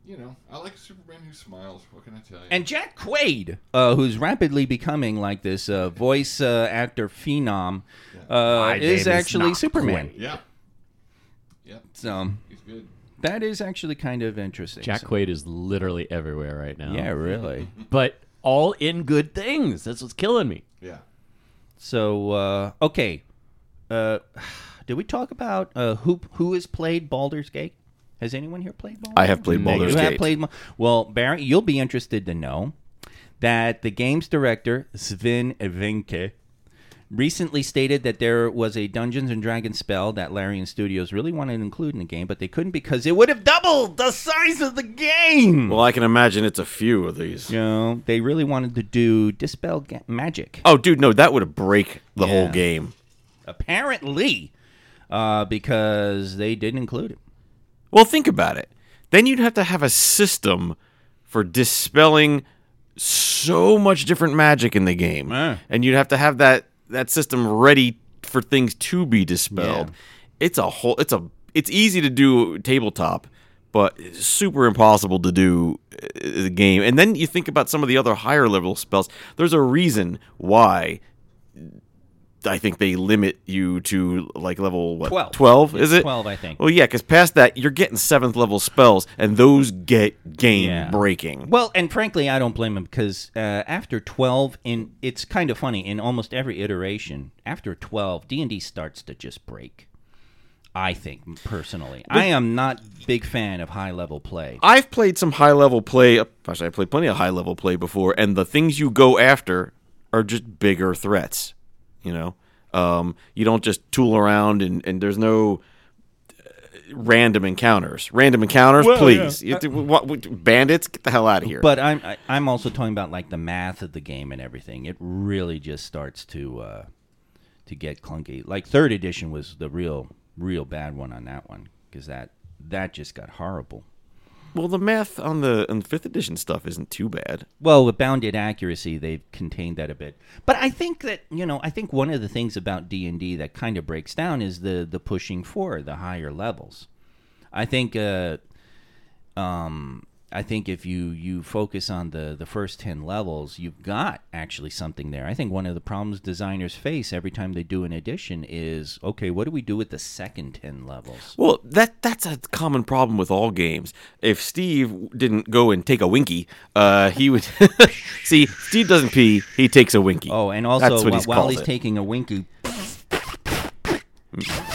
you know, I like Superman who smiles. What can I tell you? And Jack Quaid, uh, who's rapidly becoming like this uh, voice uh, actor phenom, uh, is actually Superman. yeah, yeah, So he's good. that is actually kind of interesting. Jack So- Quaid is literally everywhere right now. yeah, really. But all in good things. That's what's killing me. Yeah. so uh, okay, uh, did we talk about uh, who who has played Baldur's Gate? Has anyone here played Baldur's? I have played Gate? Baldur's you have Gate. played. Ma- Well, Barry, you'll be interested to know that the game's director Sven Vinke recently stated that there was a Dungeons and Dragons spell that Larian Studios really wanted to include in the game, but they couldn't because it would have doubled the size of the game. Well, I can imagine it's a few of these. you know, they really wanted to do dispel ga- magic. Oh, dude, no, that would break the whole Yeah. game. Apparently, uh, because they didn't include it. Well, think about it. Then you'd have to have a system for dispelling so much different magic in the game, Yeah. and you'd have to have that that system ready for things to be dispelled. It's a whole. It's a it's easy to do tabletop, but it's super impossible to do uh, the game. And then you think about some of the other higher level spells. There's a reason why I think they limit you to like level what 12. 12 is It's it 12, I think. Well, yeah, because past that you're getting seventh level spells, and those get game Yeah. breaking. Well, and frankly, I don't blame him because uh, after twelve, in it's kind of funny. In almost every iteration, after twelve, D and D starts to just break. I think personally, I am not big fan of high level play. I've played some high level play. Actually, I played plenty of high level play before, and the things you go after are just bigger threats. You know, um, you don't just tool around, and, and there's no uh, random encounters. Random encounters, please. You- what- what- bandits, get the hell out of here. But I'm I, I'm also talking about like the math of the game and everything. It really just starts to uh, to get clunky. Like third edition was the real real bad one on that one because that that just got horrible. well, the math on the on the fifth edition stuff isn't too bad. Well, with bounded accuracy, they've contained that a bit. But I think that you know, I think one of the things about D and D that kind of breaks down is the the pushing for the higher levels. I think, uh, um, I think if you you focus on the the first ten levels, you've got actually something there. I think one of the problems designers face every time they do an edition is, okay, what do we do with the second ten levels? Well, that that's a common problem with all games. If Steve didn't go and take a winky, uh, he would see. Steve doesn't pee; he takes a winky. Oh, and also that's what while, he's while called he's it. taking a winky,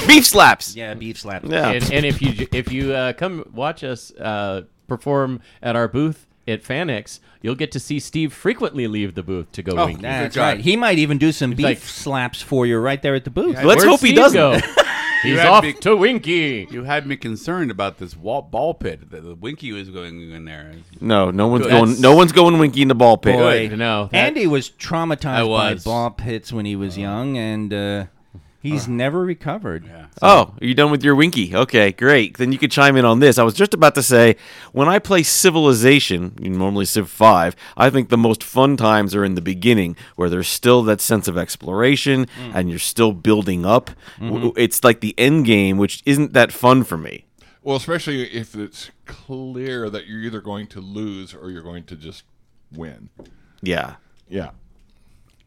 beef slaps. yeah, beef slap. Yeah. and, and if you ju- if you uh, come watch us uh, perform at our booth at Fanix, you'll get to see Steve frequently leave the booth to go oh, winking. That's God. right. He might even do some beef like- slaps for you right there at the booth. Let's Where'd hope he Steve doesn't. go? He's had off big- to Winky. You had me concerned about this wall, ball pit that the Winky was going in there. No, no one's Good. going. That's- No one's going winky in the ball pit. Boy. Good. No, that- Andy was traumatized I was. by ball pits when he was young, and uh, he's never recovered. Yeah. Oh, are you done with your winky? Okay, great. Then you could chime in on this. I was just about to say, when I play Civilization, normally Civ 5, I think the most fun times are in the beginning, where there's still that sense of exploration Mm. and you're still building up. Mm-hmm. W- It's like the end game, which isn't that fun for me. Well, especially if it's clear that you're either going to lose or you're going to just win. Yeah. Yeah.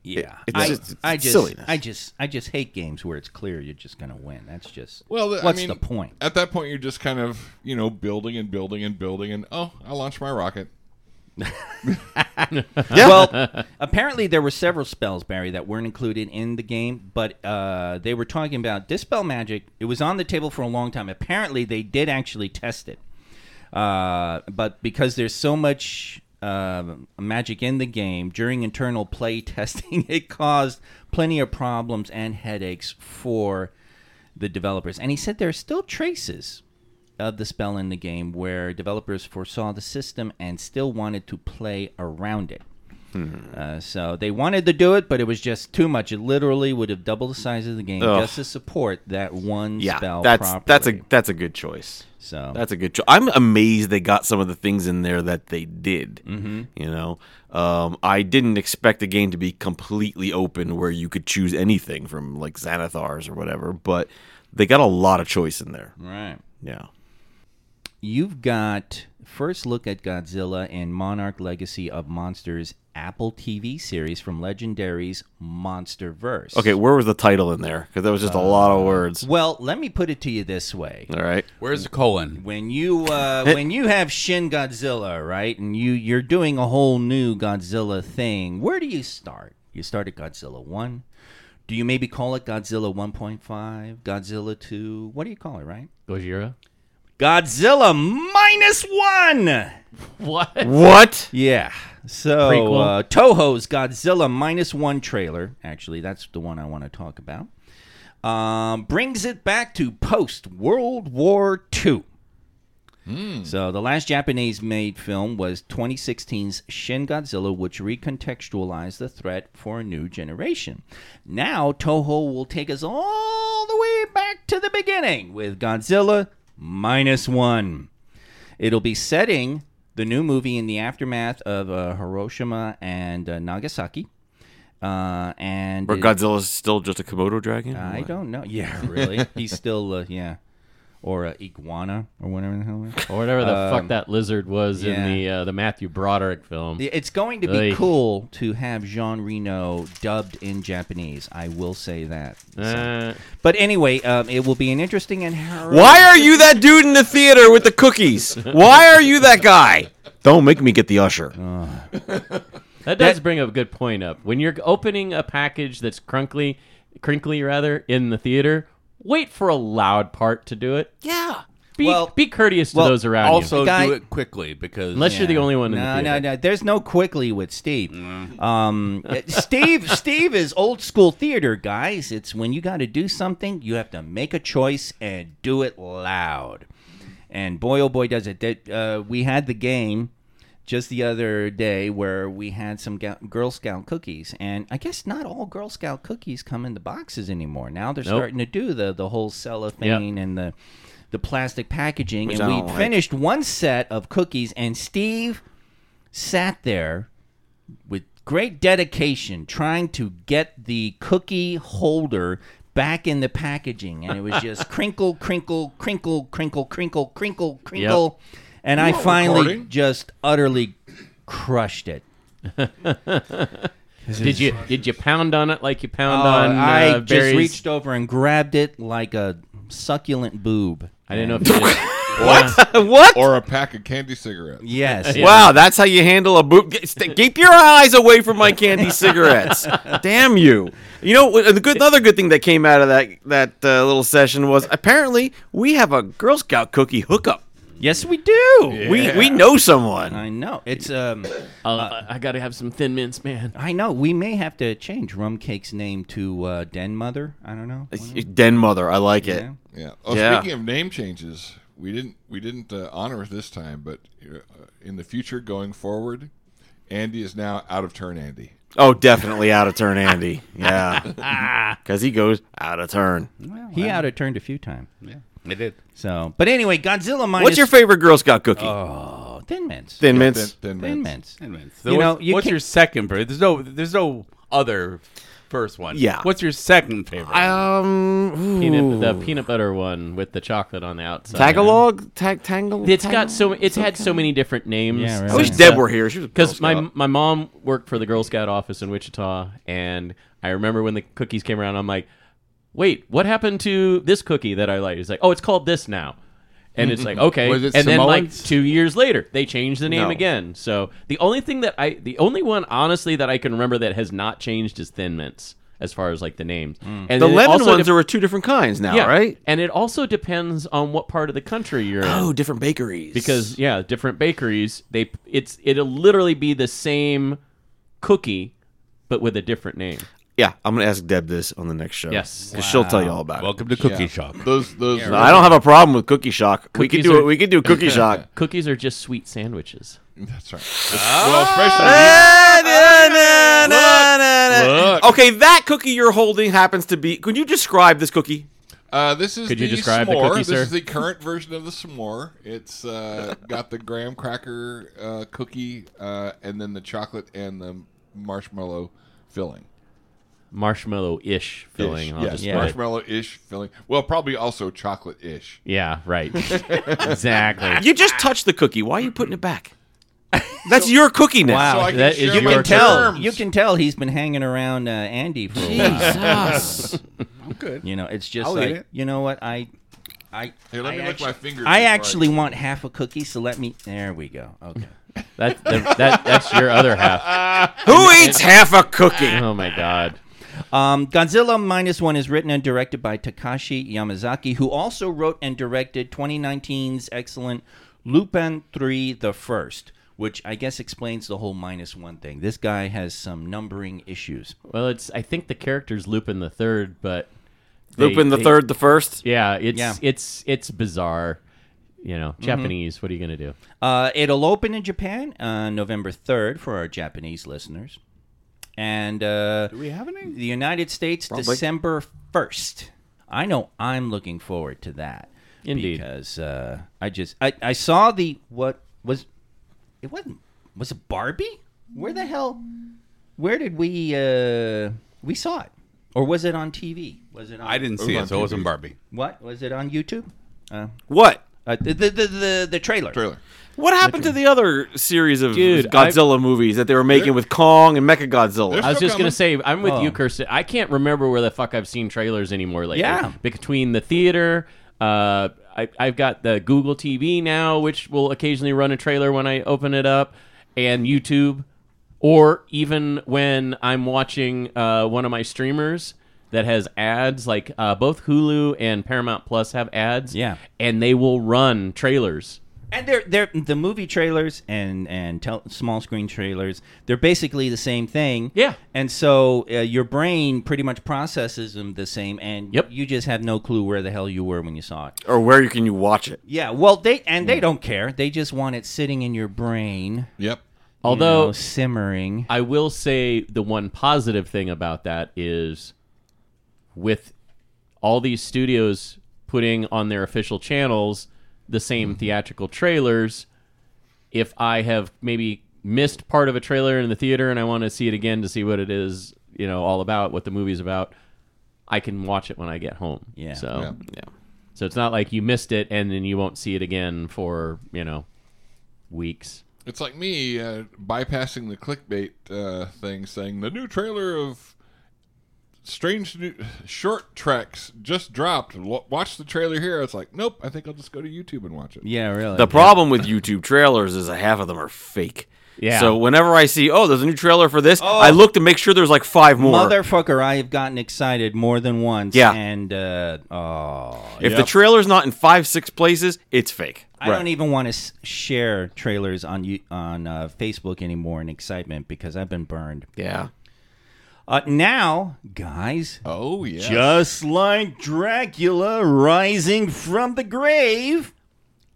It's I, just- I it's just, silliness. I just, I just hate games where it's clear you're just gonna win. That's just Well, th- I what's mean, the point? At that point, you're just kind of you know building and building and building, and oh, I launched my rocket. Yeah. Well, apparently there were several spells, Barry, that weren't included in the game, but uh, they were talking about dispel magic. It was on the table for a long time. Apparently, they did actually test it, uh, but because there's so much uh, magic in the game during internal play testing, it caused plenty of problems and headaches for the developers. And he said there are still traces of the spell in the game where developers foresaw the system and still wanted to play around it. Hmm. Uh, so they wanted to do it, but it was just too much. It literally would have doubled the size of the game Ugh. just to support that one yeah, spell. that's properly. that's a that's a good choice. so That's a good choice. I'm amazed they got some of the things in there that they did. Mm-hmm. You know, um, I didn't expect the game to be completely open where you could choose anything from like Xanathars or whatever, but they got a lot of choice in there. right. Yeah. You've got first look at Godzilla and Monarch Legacy of Monsters Apple TV series from Legendary's MonsterVerse. Okay, where was the title in there? Because that was just a lot of words. Well, let me put it to you this way. All right. Where's the colon? when you uh, when you have Shin Godzilla, right, and you you're doing a whole new Godzilla thing, where do you start? You start at Godzilla one. Do you maybe call it Godzilla 1.5, Godzilla 2? What do you call it, right? Gojira. Godzilla minus one. What? What? Yeah. So Prequel. uh, Toho's Godzilla minus one trailer. Actually, that's the one I want to talk about. Um, brings it back to post World War II. So the last Japanese-made film was 2016's Shin Godzilla, which recontextualized the threat for a new generation. Now Toho will take us all the way back to the beginning with Godzilla minus one. It'll be setting the new movie in the aftermath of uh, Hiroshima and uh, Nagasaki. Uh, and Where it- Godzilla's still just a Komodo dragon? I What? don't know. Yeah, really. He's still uh, yeah. or a iguana or whatever the hell. it is. or whatever the Um, fuck that lizard was yeah. in the uh, the Matthew Broderick film. Yeah, It's going to be Oy. cool to have Jean Reno dubbed in Japanese. I will say that. So- Uh, But anyway, um, it will be an interesting and harrowing. Why are you that dude in the theater with the cookies? Why are you that guy? Don't make me get the usher. that does bring a good point up. When you're opening a package that's crunkly, crinkly rather, in the theater, wait for a loud part to do it. yeah. Be, Well- be courteous to well, those around you. Also, Guy- do it quickly because Unless you're the only one in no, the no, theater. Mm. no. There's no quickly with Steve. Um, Steve, Steve is old school theater, guys. It's when you got to do something, you have to make a choice and do it loud. And boy, oh boy, does it! That, uh, we had the game just the other day where we had some Ga- Girl Scout cookies, and I guess not all Girl Scout cookies come in the boxes anymore. Now they're Nope. starting to do the the whole cellophane and the the plastic packaging, Which I and don't we like. finished one set of cookies, and Steve sat there with great dedication trying to get the cookie holder back in the packaging and it was just crinkle crinkle crinkle crinkle crinkle crinkle crinkle and i finally recording? just utterly crushed it Did you did you pound on it like you pound Uh, on? Uh, i just Barry's- reached over and grabbed it like a succulent boob I didn't know if you did. what? or a pack of candy cigarettes. yes Wow, that's how you handle a boot. Get- st- Keep your eyes away from my candy cigarettes. Damn you! You know wh- the good. Another good thing that came out of that that uh, little session was apparently we have a Girl Scout cookie hookup. yes we do We we know someone. i know it's um I'll- Uh, I got to have some thin mints, man. i know we may have to change rum cake's name to uh den mother i don't know Den mother, I like it. Yeah. Yeah. Oh, Yeah. speaking of name changes, we didn't we didn't uh, honor it this time, but uh, in the future going forward, Andy is now out of turn. Andy. Oh, definitely out of turn, Andy. Yeah, because he goes out of turn. he out of turned a few times it did. So, but anyway, Godzilla minus. What's your favorite Girl Scout cookie? oh, Thin Mints? Thin Yeah, mints. Thin, Thin mints. Mints. Ten minutes. You know, what's, you what's can't- your second favorite? There's no, there's no other first one. Yeah. What's your second favorite? Um, ooh. Peanut, the peanut butter one with the chocolate on the outside. Tagalog, tag, tangle. It's got so it's had so many different names. Yeah, right. I wish Yeah. Deb were here. She was a Girl Because my Scout. my mom worked for the Girl Scout office in Wichita, and I remember when the cookies came around, I'm like, "Wait, what happened to this cookie that I like?" It's like, "Oh, it's called this now," and it's like, "Okay." Was it and then like Samoan's? two years later, they changed the name No. again. So the only thing that I, the only one honestly that I can remember that has not changed is Thin Mints, as far as like the names. And Mm. The it lemon also ones dep- are two different kinds now, yeah, right? And it also depends on what part of the country you're in Oh, different bakeries. because yeah, different bakeries they it's it'll literally be the same cookie but with a different name. yeah, I'm gonna ask Deb this on the next show. Yes. 'Cause she'll tell you all about Welcome to Cookie Yeah. Shop. Those those. it. No, I don't have a problem with cookie shock. we could Cookies do are- it. We could do cookie shock. Cookies are just sweet sandwiches. That's right. Well, especially Ah, na, na, na, na, na. Okay, that cookie you're holding happens to be. Could you describe this cookie? uh, this is Could you the describe the s'more. cookie, This sir? is the current version of the s'more. It's uh, got the graham cracker uh, cookie uh, and then the chocolate and the marshmallow filling. Marshmallow ish filling. Ish, I'll yes, just yeah. put it. marshmallow ish filling. Well, probably also chocolate ish. yeah, right. exactly. You just touched the cookie. Why are you putting it back? That's your cookie now. Wow. So I Oh, That can is share your my turn. terms. You can tell he's been hanging around uh, Andy for a while. Jesus. You know, it's just I'll eat like it. you know what I, I, Here, let I me lick actu- my fingers. I before actually want half a cookie, so let me. There we go. Okay. That, that, that that's your other half. Who eats half a cookie? Oh my god. Um, Godzilla Minus One is written and directed by Takashi Yamazaki, who also wrote and directed 2019's excellent Lupin 3 The First, which I guess explains the whole Minus One thing. This guy has some numbering issues. Well, it's I think the character's Lupin the Third, but they- Lupin the they- third, the first. Yeah, it's Yeah. it's it's bizarre. You know, Japanese. What are you gonna do? Uh, it'll open in Japan uh, November 3rd for our Japanese listeners. And uh, Do we have any? the United States, December 1st. I know I'm looking forward to that. Indeed. Because uh, I just, I, I saw the, what was, it wasn't, was it Barbie? Where the hell, where did we, uh, we saw it. Or was it on TV? Was it on, I didn't see it, so it wasn't Barbie. what? Was it on YouTube? Uh, What? uh, the, the, the, the, the trailer. Trailer. What happened to the other series of Dude, Godzilla movies that they were making with Kong and Mecha Godzilla? There's- I was still just gonna say, I'm with you, Oh. Kirsten. I can't remember where the fuck I've seen trailers anymore lately. Yeah. between the theater, uh, I, I've got the Google TV now, which will occasionally run a trailer when I open it up, and YouTube, or even when I'm watching uh, one of my streamers that has ads. Like uh, both Hulu and Paramount Plus have ads. Yeah. and they will run trailers. And they're they're the movie trailers and and tel- small screen trailers. They're basically the same thing. Yeah. And so uh, your brain pretty much processes them the same, and Yep. you just have no clue where the hell you were when you saw it. Or where you can you watch it? Yeah. Well, they and they don't care. They just want it sitting in your brain, Yep. you Although know, simmering. I will say the one positive thing about that is with all these studios putting on their official channels the same theatrical trailers, if I have maybe missed part of a trailer in the theater and I want to see it again to see what it is, you know, all about, what the movie's about, I can watch it when I get home. Yeah. So Yeah. Yeah. so it's not like you missed it and then you won't see it again for, you know, weeks. It's like me uh, bypassing the clickbait uh, thing, saying the new trailer of Strange new Short Treks just dropped. Lo- Watch the trailer here. It's like, nope. I think I'll just go to YouTube and watch it. yeah. Really. The problem with YouTube trailers is that half of them are fake. Yeah. So whenever I see, oh, there's a new trailer for this, I look to make sure there's like five more. Motherfucker, I have gotten excited more than once. Yeah. And, uh, oh. if the trailer's not in five, six places, it's fake. I don't even want to s- share trailers on you on uh, Facebook anymore in excitement because I've been burned. Yeah. Uh, now, guys, Oh yeah. just like Dracula rising from the grave,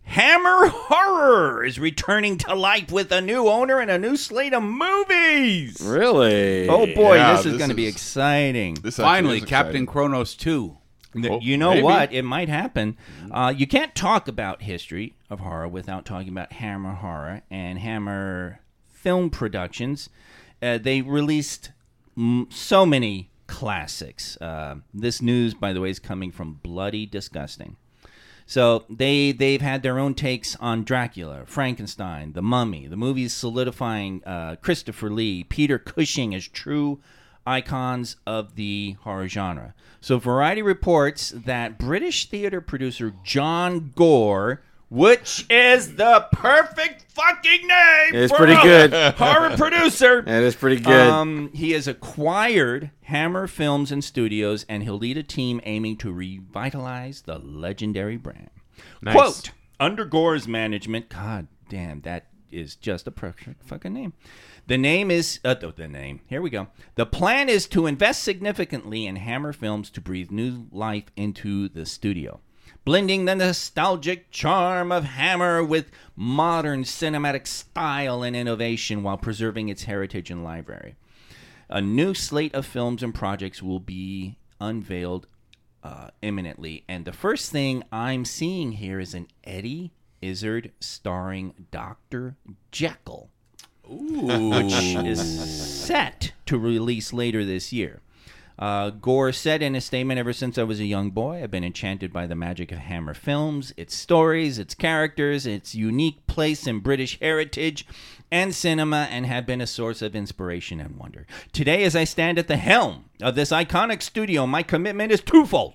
Hammer Horror is returning to life with a new owner and a new slate of movies. Really? Oh boy, Yeah, this is this going to be is- exciting. This actually Finally, is Captain exciting. Kronos Th- 2. Oh, you know maybe. what? It might happen. Uh, you can't talk about history of horror without talking about Hammer Horror and Hammer Film Productions. Uh, they released m- so many classics. Uh, this news, by the way, is coming from Bloody Disgusting. So they they've had their own takes on Dracula, Frankenstein, The Mummy. The movies solidifying uh, Christopher Lee, Peter Cushing as true icons of the horror genre. So Variety reports that British theater producer John Gore, which is the perfect fucking name, It's for pretty a good. horror producer. That is pretty good. Um, he has acquired Hammer Films and Studios, and he'll lead a team aiming to revitalize the legendary brand. Quote, under Gore's management, God damn, that is just a perfect fucking name. The name is, uh, the- the name, here we go. The plan is to invest significantly in Hammer Films to breathe new life into the studio. Blending the nostalgic charm of Hammer with modern cinematic style and innovation while preserving its heritage and library. A new slate of films and projects will be unveiled uh, imminently. And the first thing I'm seeing here is an Eddie Izzard starring Dr. Jekyll, which is set to release later this year. Uh, Gore said in a statement Ever since I was a young boy, I've been enchanted by the magic of Hammer Films, its stories, its characters, its unique place in British heritage and cinema, and have been a source of inspiration and wonder. Today, as I stand at the helm of this iconic studio, my commitment is twofold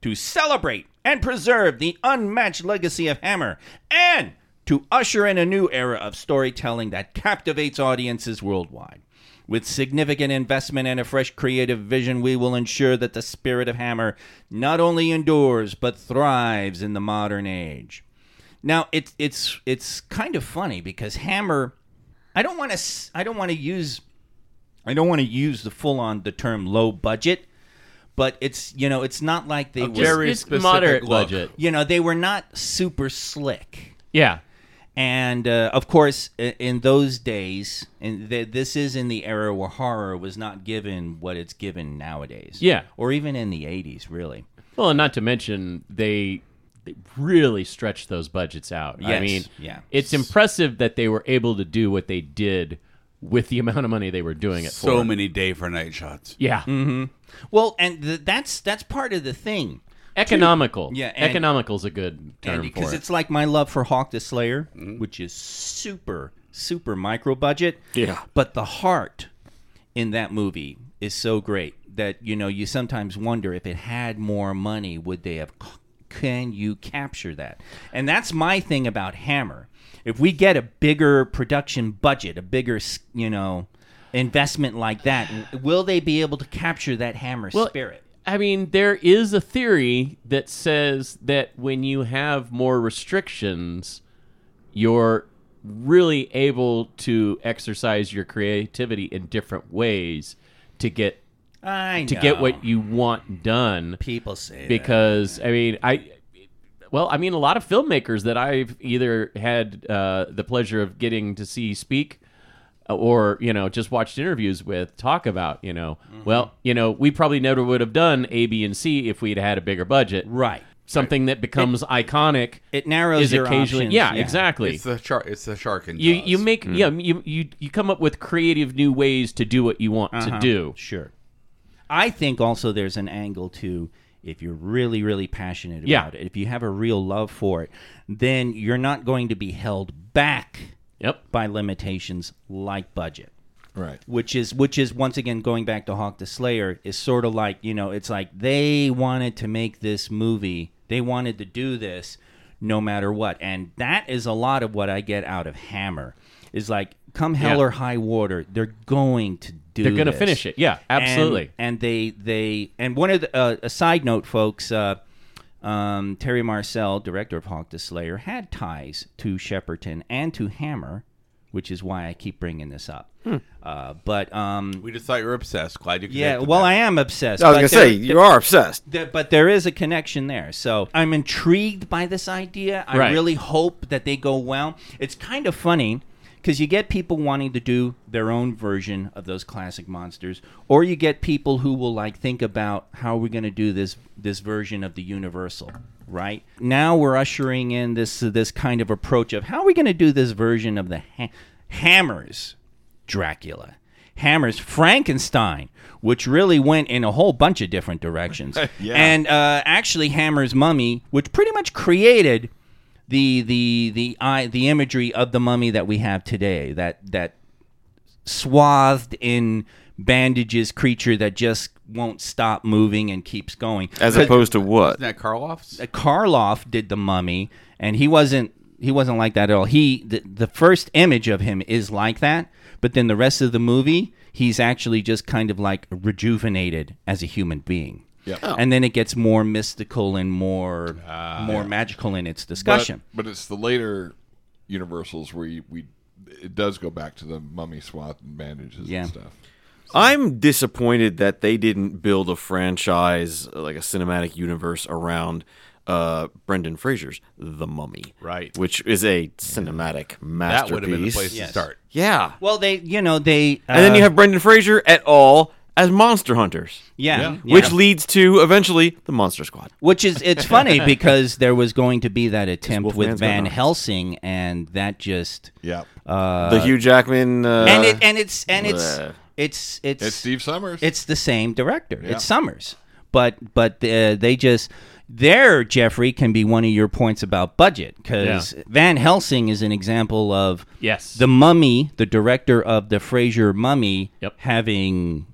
to celebrate and preserve the unmatched legacy of Hammer and to usher in a new era of storytelling that captivates audiences worldwide. With significant investment and a fresh creative vision, we will ensure that the spirit of Hammer not only endures but thrives in the modern age. Now, it's it's it's kind of funny because Hammer I don't want to I don't want to use I don't want to use the full on the term low budget, but it's you know, it's not like they were Very it's specific moderate look. budget. you know, they were not super slick. Yeah. And uh, of course, i- in those days, and th- this is in the era where horror was not given what it's given nowadays. Yeah. Or even in the 80s, really. Well, and not to mention they, they really stretched those budgets out. I Yes, mean, yeah. it's impressive that they were able to do what they did with the amount of money they were doing it So for. Mm-hmm. many day for night shots. Yeah, Well, and th- that's that's part of the thing. economical. Yeah, and- economical's a good term And for because it. Mm-hmm. it's like my love for Hawk the Slayer, which is super super micro budget. Yeah. But the heart in that movie is so great that you know you sometimes wonder if it had more money would they have c- can you capture that? And that's my thing about Hammer. If we get a bigger production budget, a bigger, s- you know, investment like that, will they be able to capture that Hammer Well, spirit? I mean, there is a theory that says that when you have more restrictions, you're really able to exercise your creativity in different ways to get I know. to get what you want done people say. that. because I mean I well I mean a lot of filmmakers that I've either had uh, the pleasure of getting to see speak uh, or you know just watched interviews with talk about you know Mm-hmm. well you know we probably never would have done A B and C if we'd had a bigger budget right, something that becomes iconic it narrows is your occasionally options. yeah, exactly It's the shark. It's the shark in you Jaws. you make Mm-hmm. yeah you, you you come up with creative new ways to do what you want Uh-huh. to do Sure. I think also there's an angle to if you're really, really passionate Yeah. about it, if you have a real love for it, then you're not going to be held back yep by limitations like budget. Right. Which is which is once again going back to Hawk the Slayer is sort of like, you know, it's like they wanted to make this movie. They wanted to do this no matter what. And that is a lot of what I get out of Hammer. Is like come hell Yeah. or high water, they're going to do they're gonna this. finish it yeah absolutely And, and they they and one of the uh, a side note, folks. Uh, um, Terry Marcel, director of Hawk the Slayer, had ties to Shepperton and to Hammer, which is why I keep bringing this up. Hmm. Uh, but um, We just thought you were obsessed. Glad you. yeah, connected well, that. I am obsessed. I was but gonna there- say you are obsessed. there- but there is a connection there. So I'm intrigued by this idea. I Right. really hope that they go well. It's kind of funny because you get people wanting to do their own version of those classic monsters, or you get people who will like think about how we're going to do this this version of the Universal. Right now, we're ushering in this this kind of approach of how are we going to do this version of the ha- Hammers Dracula. Hammers Frankenstein, which really went in a whole bunch of different directions, and uh, actually Hammers Mummy, which pretty much created the the the I, the imagery of the mummy that we have today. That that swathed in bandages creature that just won't stop moving and keeps going. As opposed to what? Isn't that Karloff's? Karloff did the mummy, and he wasn't he wasn't like that at all. He the, the first image of him is like that, but then the rest of the movie, he's actually just kind of like rejuvenated as a human being. Yep. Oh. And then it gets more mystical and more more magical in its discussion. But, but it's the later Universals where you, we it does go back to the mummy swath and bandages Yeah. and stuff. I'm disappointed that they didn't build a franchise uh, like a cinematic universe around uh, Brendan Fraser's The Mummy, Right. Which is a cinematic masterpiece. That would have been the place Yes. to Uh, start. Yeah, well, they you know they and then uh, you have Brendan Fraser et al. as monster hunters, yeah, Yeah. yeah. which leads to eventually the Monster Squad. Which is it's funny because there was going to be that attempt with Wolfman's got Van knives. Helsing, and that just Yeah. the Hugh Jackman. Uh, and it and it's and it's bleh. it's it's it's Steve Summers. it's the same director. Yeah. It's Summers, but but uh, they just there Jeffrey can be one of your points about budget because Van Helsing is an example of yes the Mummy, the director of the Fraser Mummy, Yep. having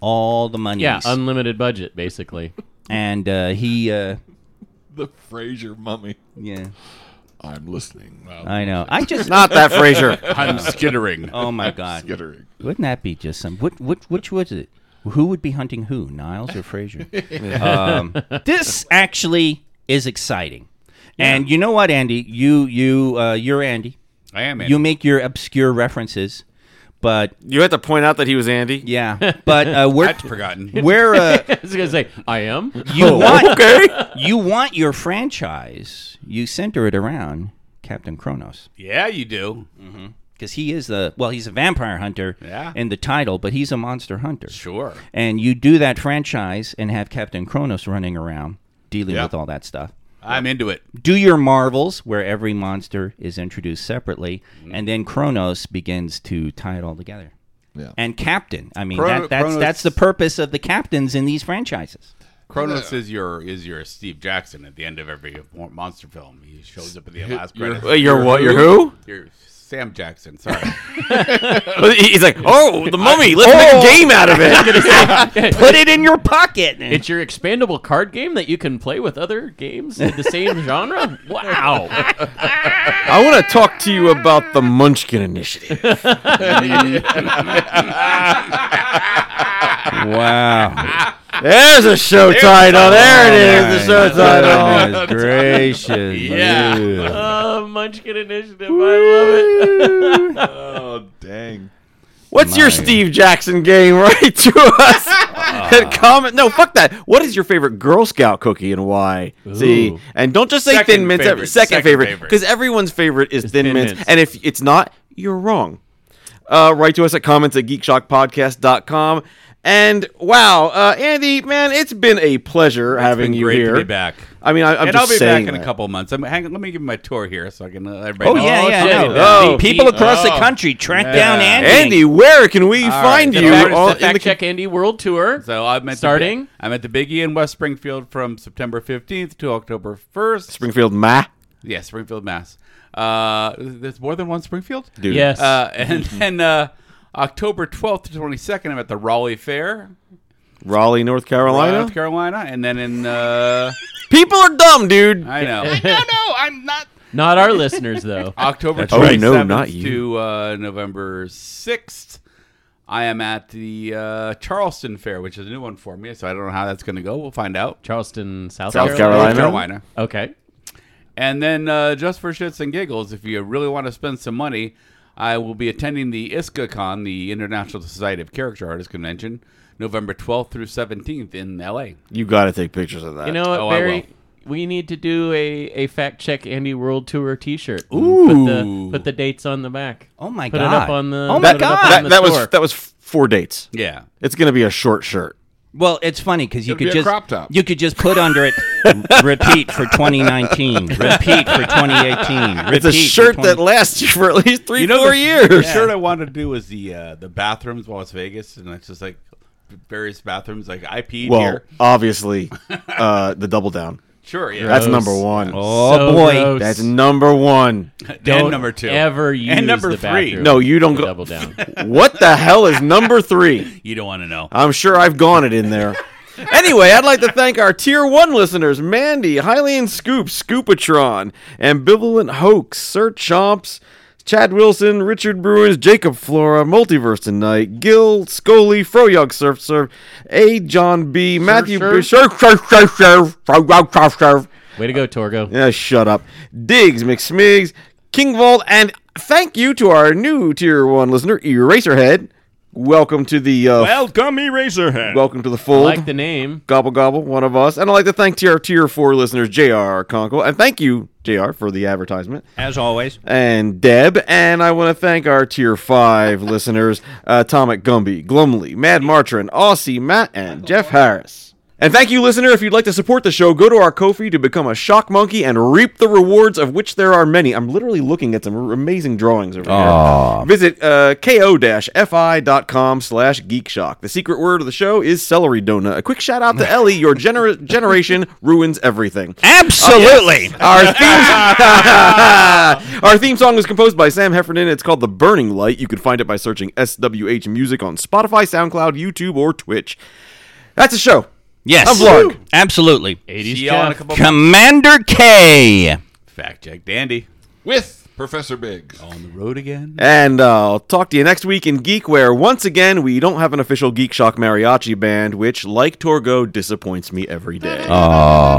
all the money. yeah unlimited budget basically and uh, he uh, the Fraser mummy. yeah, I'm listening. Oh, Wow. I know. I just not that Fraser. I'm skittering. oh my god. Skittering. Wouldn't that be just some? Which which which was it? Who would be hunting who? Niles or Frazier? um, this actually is exciting, and you know what, Andy? You you uh, you're Andy. I am. You make your obscure references, but you had to point out that he was Andy. yeah, but uh, we're That's Oh, forgotten. we're uh, I was gonna say I am. you want you want your franchise. You center it around Captain Kronos. yeah, you do. Because he is the well, he's a vampire hunter Yeah. in the title, but he's a monster hunter. Sure. and you do that franchise and have Captain Kronos running around dealing Yeah. with all that stuff. I'm into it. Do your Marvels, where every monster is introduced separately, Mm-hmm. and then Kronos begins to tie it all together. Yeah. And Captain, I mean, Chrono- that, that's Kronos- that's the purpose of the captains in these franchises. Kronos is your is your Steve Jackson at the end of every mo- monster film. He shows up at the last you're- credit. Wait, you're what? You're who? You're Sam Jackson. Sorry. He's like, oh, the mummy. Let's make a game out of it. Put it in your pocket. It's your expandable card game that you can play with other games in the same genre. Wow. I want to talk to you about the Munchkin Initiative. Wow. There's a show title. There it is. The show title. Oh, Goodness gracious. Yeah. Ew. Uh, Munchkin Initiative. I love it. Oh dang! What's your Steve Jackson game? Right to us. and comment. No, fuck that. What is your favorite Girl Scout cookie and why? See, and don't just say Second Thin Mints. favorite, Second, second favorite, favorite. because everyone's favorite is Thin, Thin Mints. Mints. And if it's not, you're wrong. Uh, write to us at comments at geekshockpodcast.com. And wow, uh, Andy, man, it's been a pleasure having been you great here. to be back. I mean, I, am and just I'll be saying back in a that. couple months. I'm, hang on, let me give my tour here so I can let everybody Oh, know. yeah, yeah. shit. no. Oh, The people across the country track down Andy. Andy, where can we find The you? fact, All the in fact the- check Andy World Tour. So I'm at Starting? The, I'm at the Big E in West Springfield from September 15th to October 1st. Springfield, ma. yeah, Springfield, Mass. Uh, there's more than one Springfield. Dude. Yes. Uh, and then uh, October 12th to 22nd, I'm at the Raleigh Fair, Raleigh, North Carolina. North Carolina, and then in uh, People are dumb, dude. I know Not our listeners, though. October right. 27th Oh, no, not you. to uh, November 6th. I am at the uh, Charleston Fair, which is a new one for me, so I don't know how that's going to go. We'll find out. Charleston, South, South North Carolina. Carolina. Okay. And then, uh, just for shits and giggles, if you really want to spend some money, I will be attending the ISCACon, the International Society of Character Artists Convention, November 12th through 17th in LA. You got to take pictures of that. You know what, Oh, I Barry? will. We need to do a, a fact check Andy World Tour T-shirt. Ooh, put the, put the dates on the back. Oh my put god. Put it up on the. Oh my that, put it up god. on that, the that store. was that was f- four dates. Yeah. It's gonna be a short shirt. Well, it's funny because you It'll be could a just crop top. you could just put under it repeat for 2019, repeat for 2018. Repeat It's a for shirt 20 that lasts you for at least three, four the, years. The shirt I wanted to do was the uh, the bathrooms, in Las Vegas, and it's just like various bathrooms, like I peed Well, here. obviously, uh, the double down. Sure, yeah. That's number one. Oh So boy. gross. That's number one. and number two. Ever use number the three. bathroom No, you don't to go- double down. What the hell is number three? You don't want to know. I'm sure I've gone it in there. anyway, I'd like to thank our tier one listeners Mandy, Hylian Scoop, Scoopatron, Ambivalent Hoax, Sir Chomps, Chad Wilson, Richard Bruins, Jacob Flora, Multiverse Tonight, Gil, Scully, Froyog Surf Surf, A. John B., Matthew B. Surf Surf Surf Surf, Froyog Surf Surf. Way to go, Torgo. Yeah, shut up. Diggs, McSmigs, King Vault, and thank you to our new tier one listener, Eraserhead. Welcome to the uh, Welcome Eraserhead. welcome to the fold. Like the name. Gobble Gobble, one of us. And I'd like to thank tier, tier 4 listeners, JR Conkle. And thank you, JR, for the advertisement. As always. And Deb. And I want to thank our tier 5 listeners, Atomic Gumby, Glumly, Mad Martrin, Aussie Matt, and Jeff Harris. And thank you, listener. If you'd like to support the show, go to our Ko-fi to become a shock monkey and reap the rewards, of which there are many. I'm literally looking at some amazing drawings over here. Visit uh, ko-fi.com slash geekshock. The secret word of the show is celery donut. A quick shout out to Ellie. Your gener- generation ruins everything. Absolutely. Our theme, our theme song was composed by Sam Heffernan. It's called The Burning Light. You can find it by searching SWH Music on Spotify, SoundCloud, YouTube, or Twitch. That's a show. Yes. I'm Vlog. Absolutely. 80s See y'all in a Jeff. couple Commander K. Fact check, Dandy. With Professor Biggs. On the road again. And uh, I'll talk to you next week in Geek, where once again, we don't have an official Geek Shock mariachi band, which, like Torgo, disappoints me every day.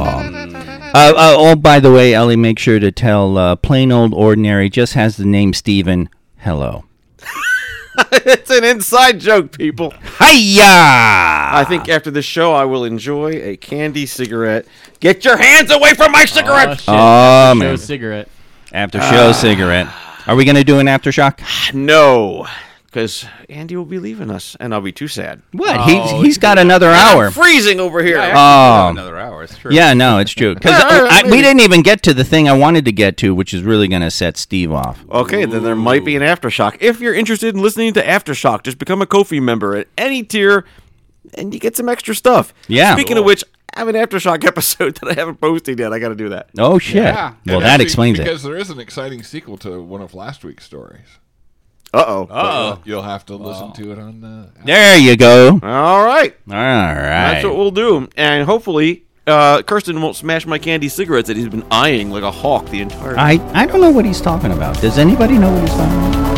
Uh, uh, oh, by the way, Ellie, make sure to tell uh, plain old ordinary just has the name Steven. Hello. it's an inside joke, people. Hiya! I think after this show, I will enjoy a candy cigarette. Get your hands away from my cigarette! Oh, shit. Oh, Show man. cigarette. After show cigarette. Are we going to do an aftershock? No, because Andy will be leaving us, and I'll be too sad. What? he's, he's got another hour. Freezing over here. Oh. Um, Another hour. It's true. Yeah, no, it's true. Because Yeah, I- I we mean- didn't even get to the thing I wanted to get to, which is really going to set Steve off. Uh, Okay, then there might be an aftershock. If you're interested in listening to aftershock, just become a Kofi member at any tier, and you get some extra stuff. Yeah. Speaking of which, I have an aftershock episode that I haven't posted yet. I got to do that. Oh shit! Yeah. Well, And that actually, explains it. Because there is an exciting sequel to one of last week's stories. Uh oh. Oh, you'll have to listen to it on uh, the. There you go. All All right. right. That's what we'll do. And hopefully, uh, Kirsten won't smash my candy cigarettes that he's been eyeing like a hawk the entire I I don't know what he's talking about. Does anybody know what he's talking about?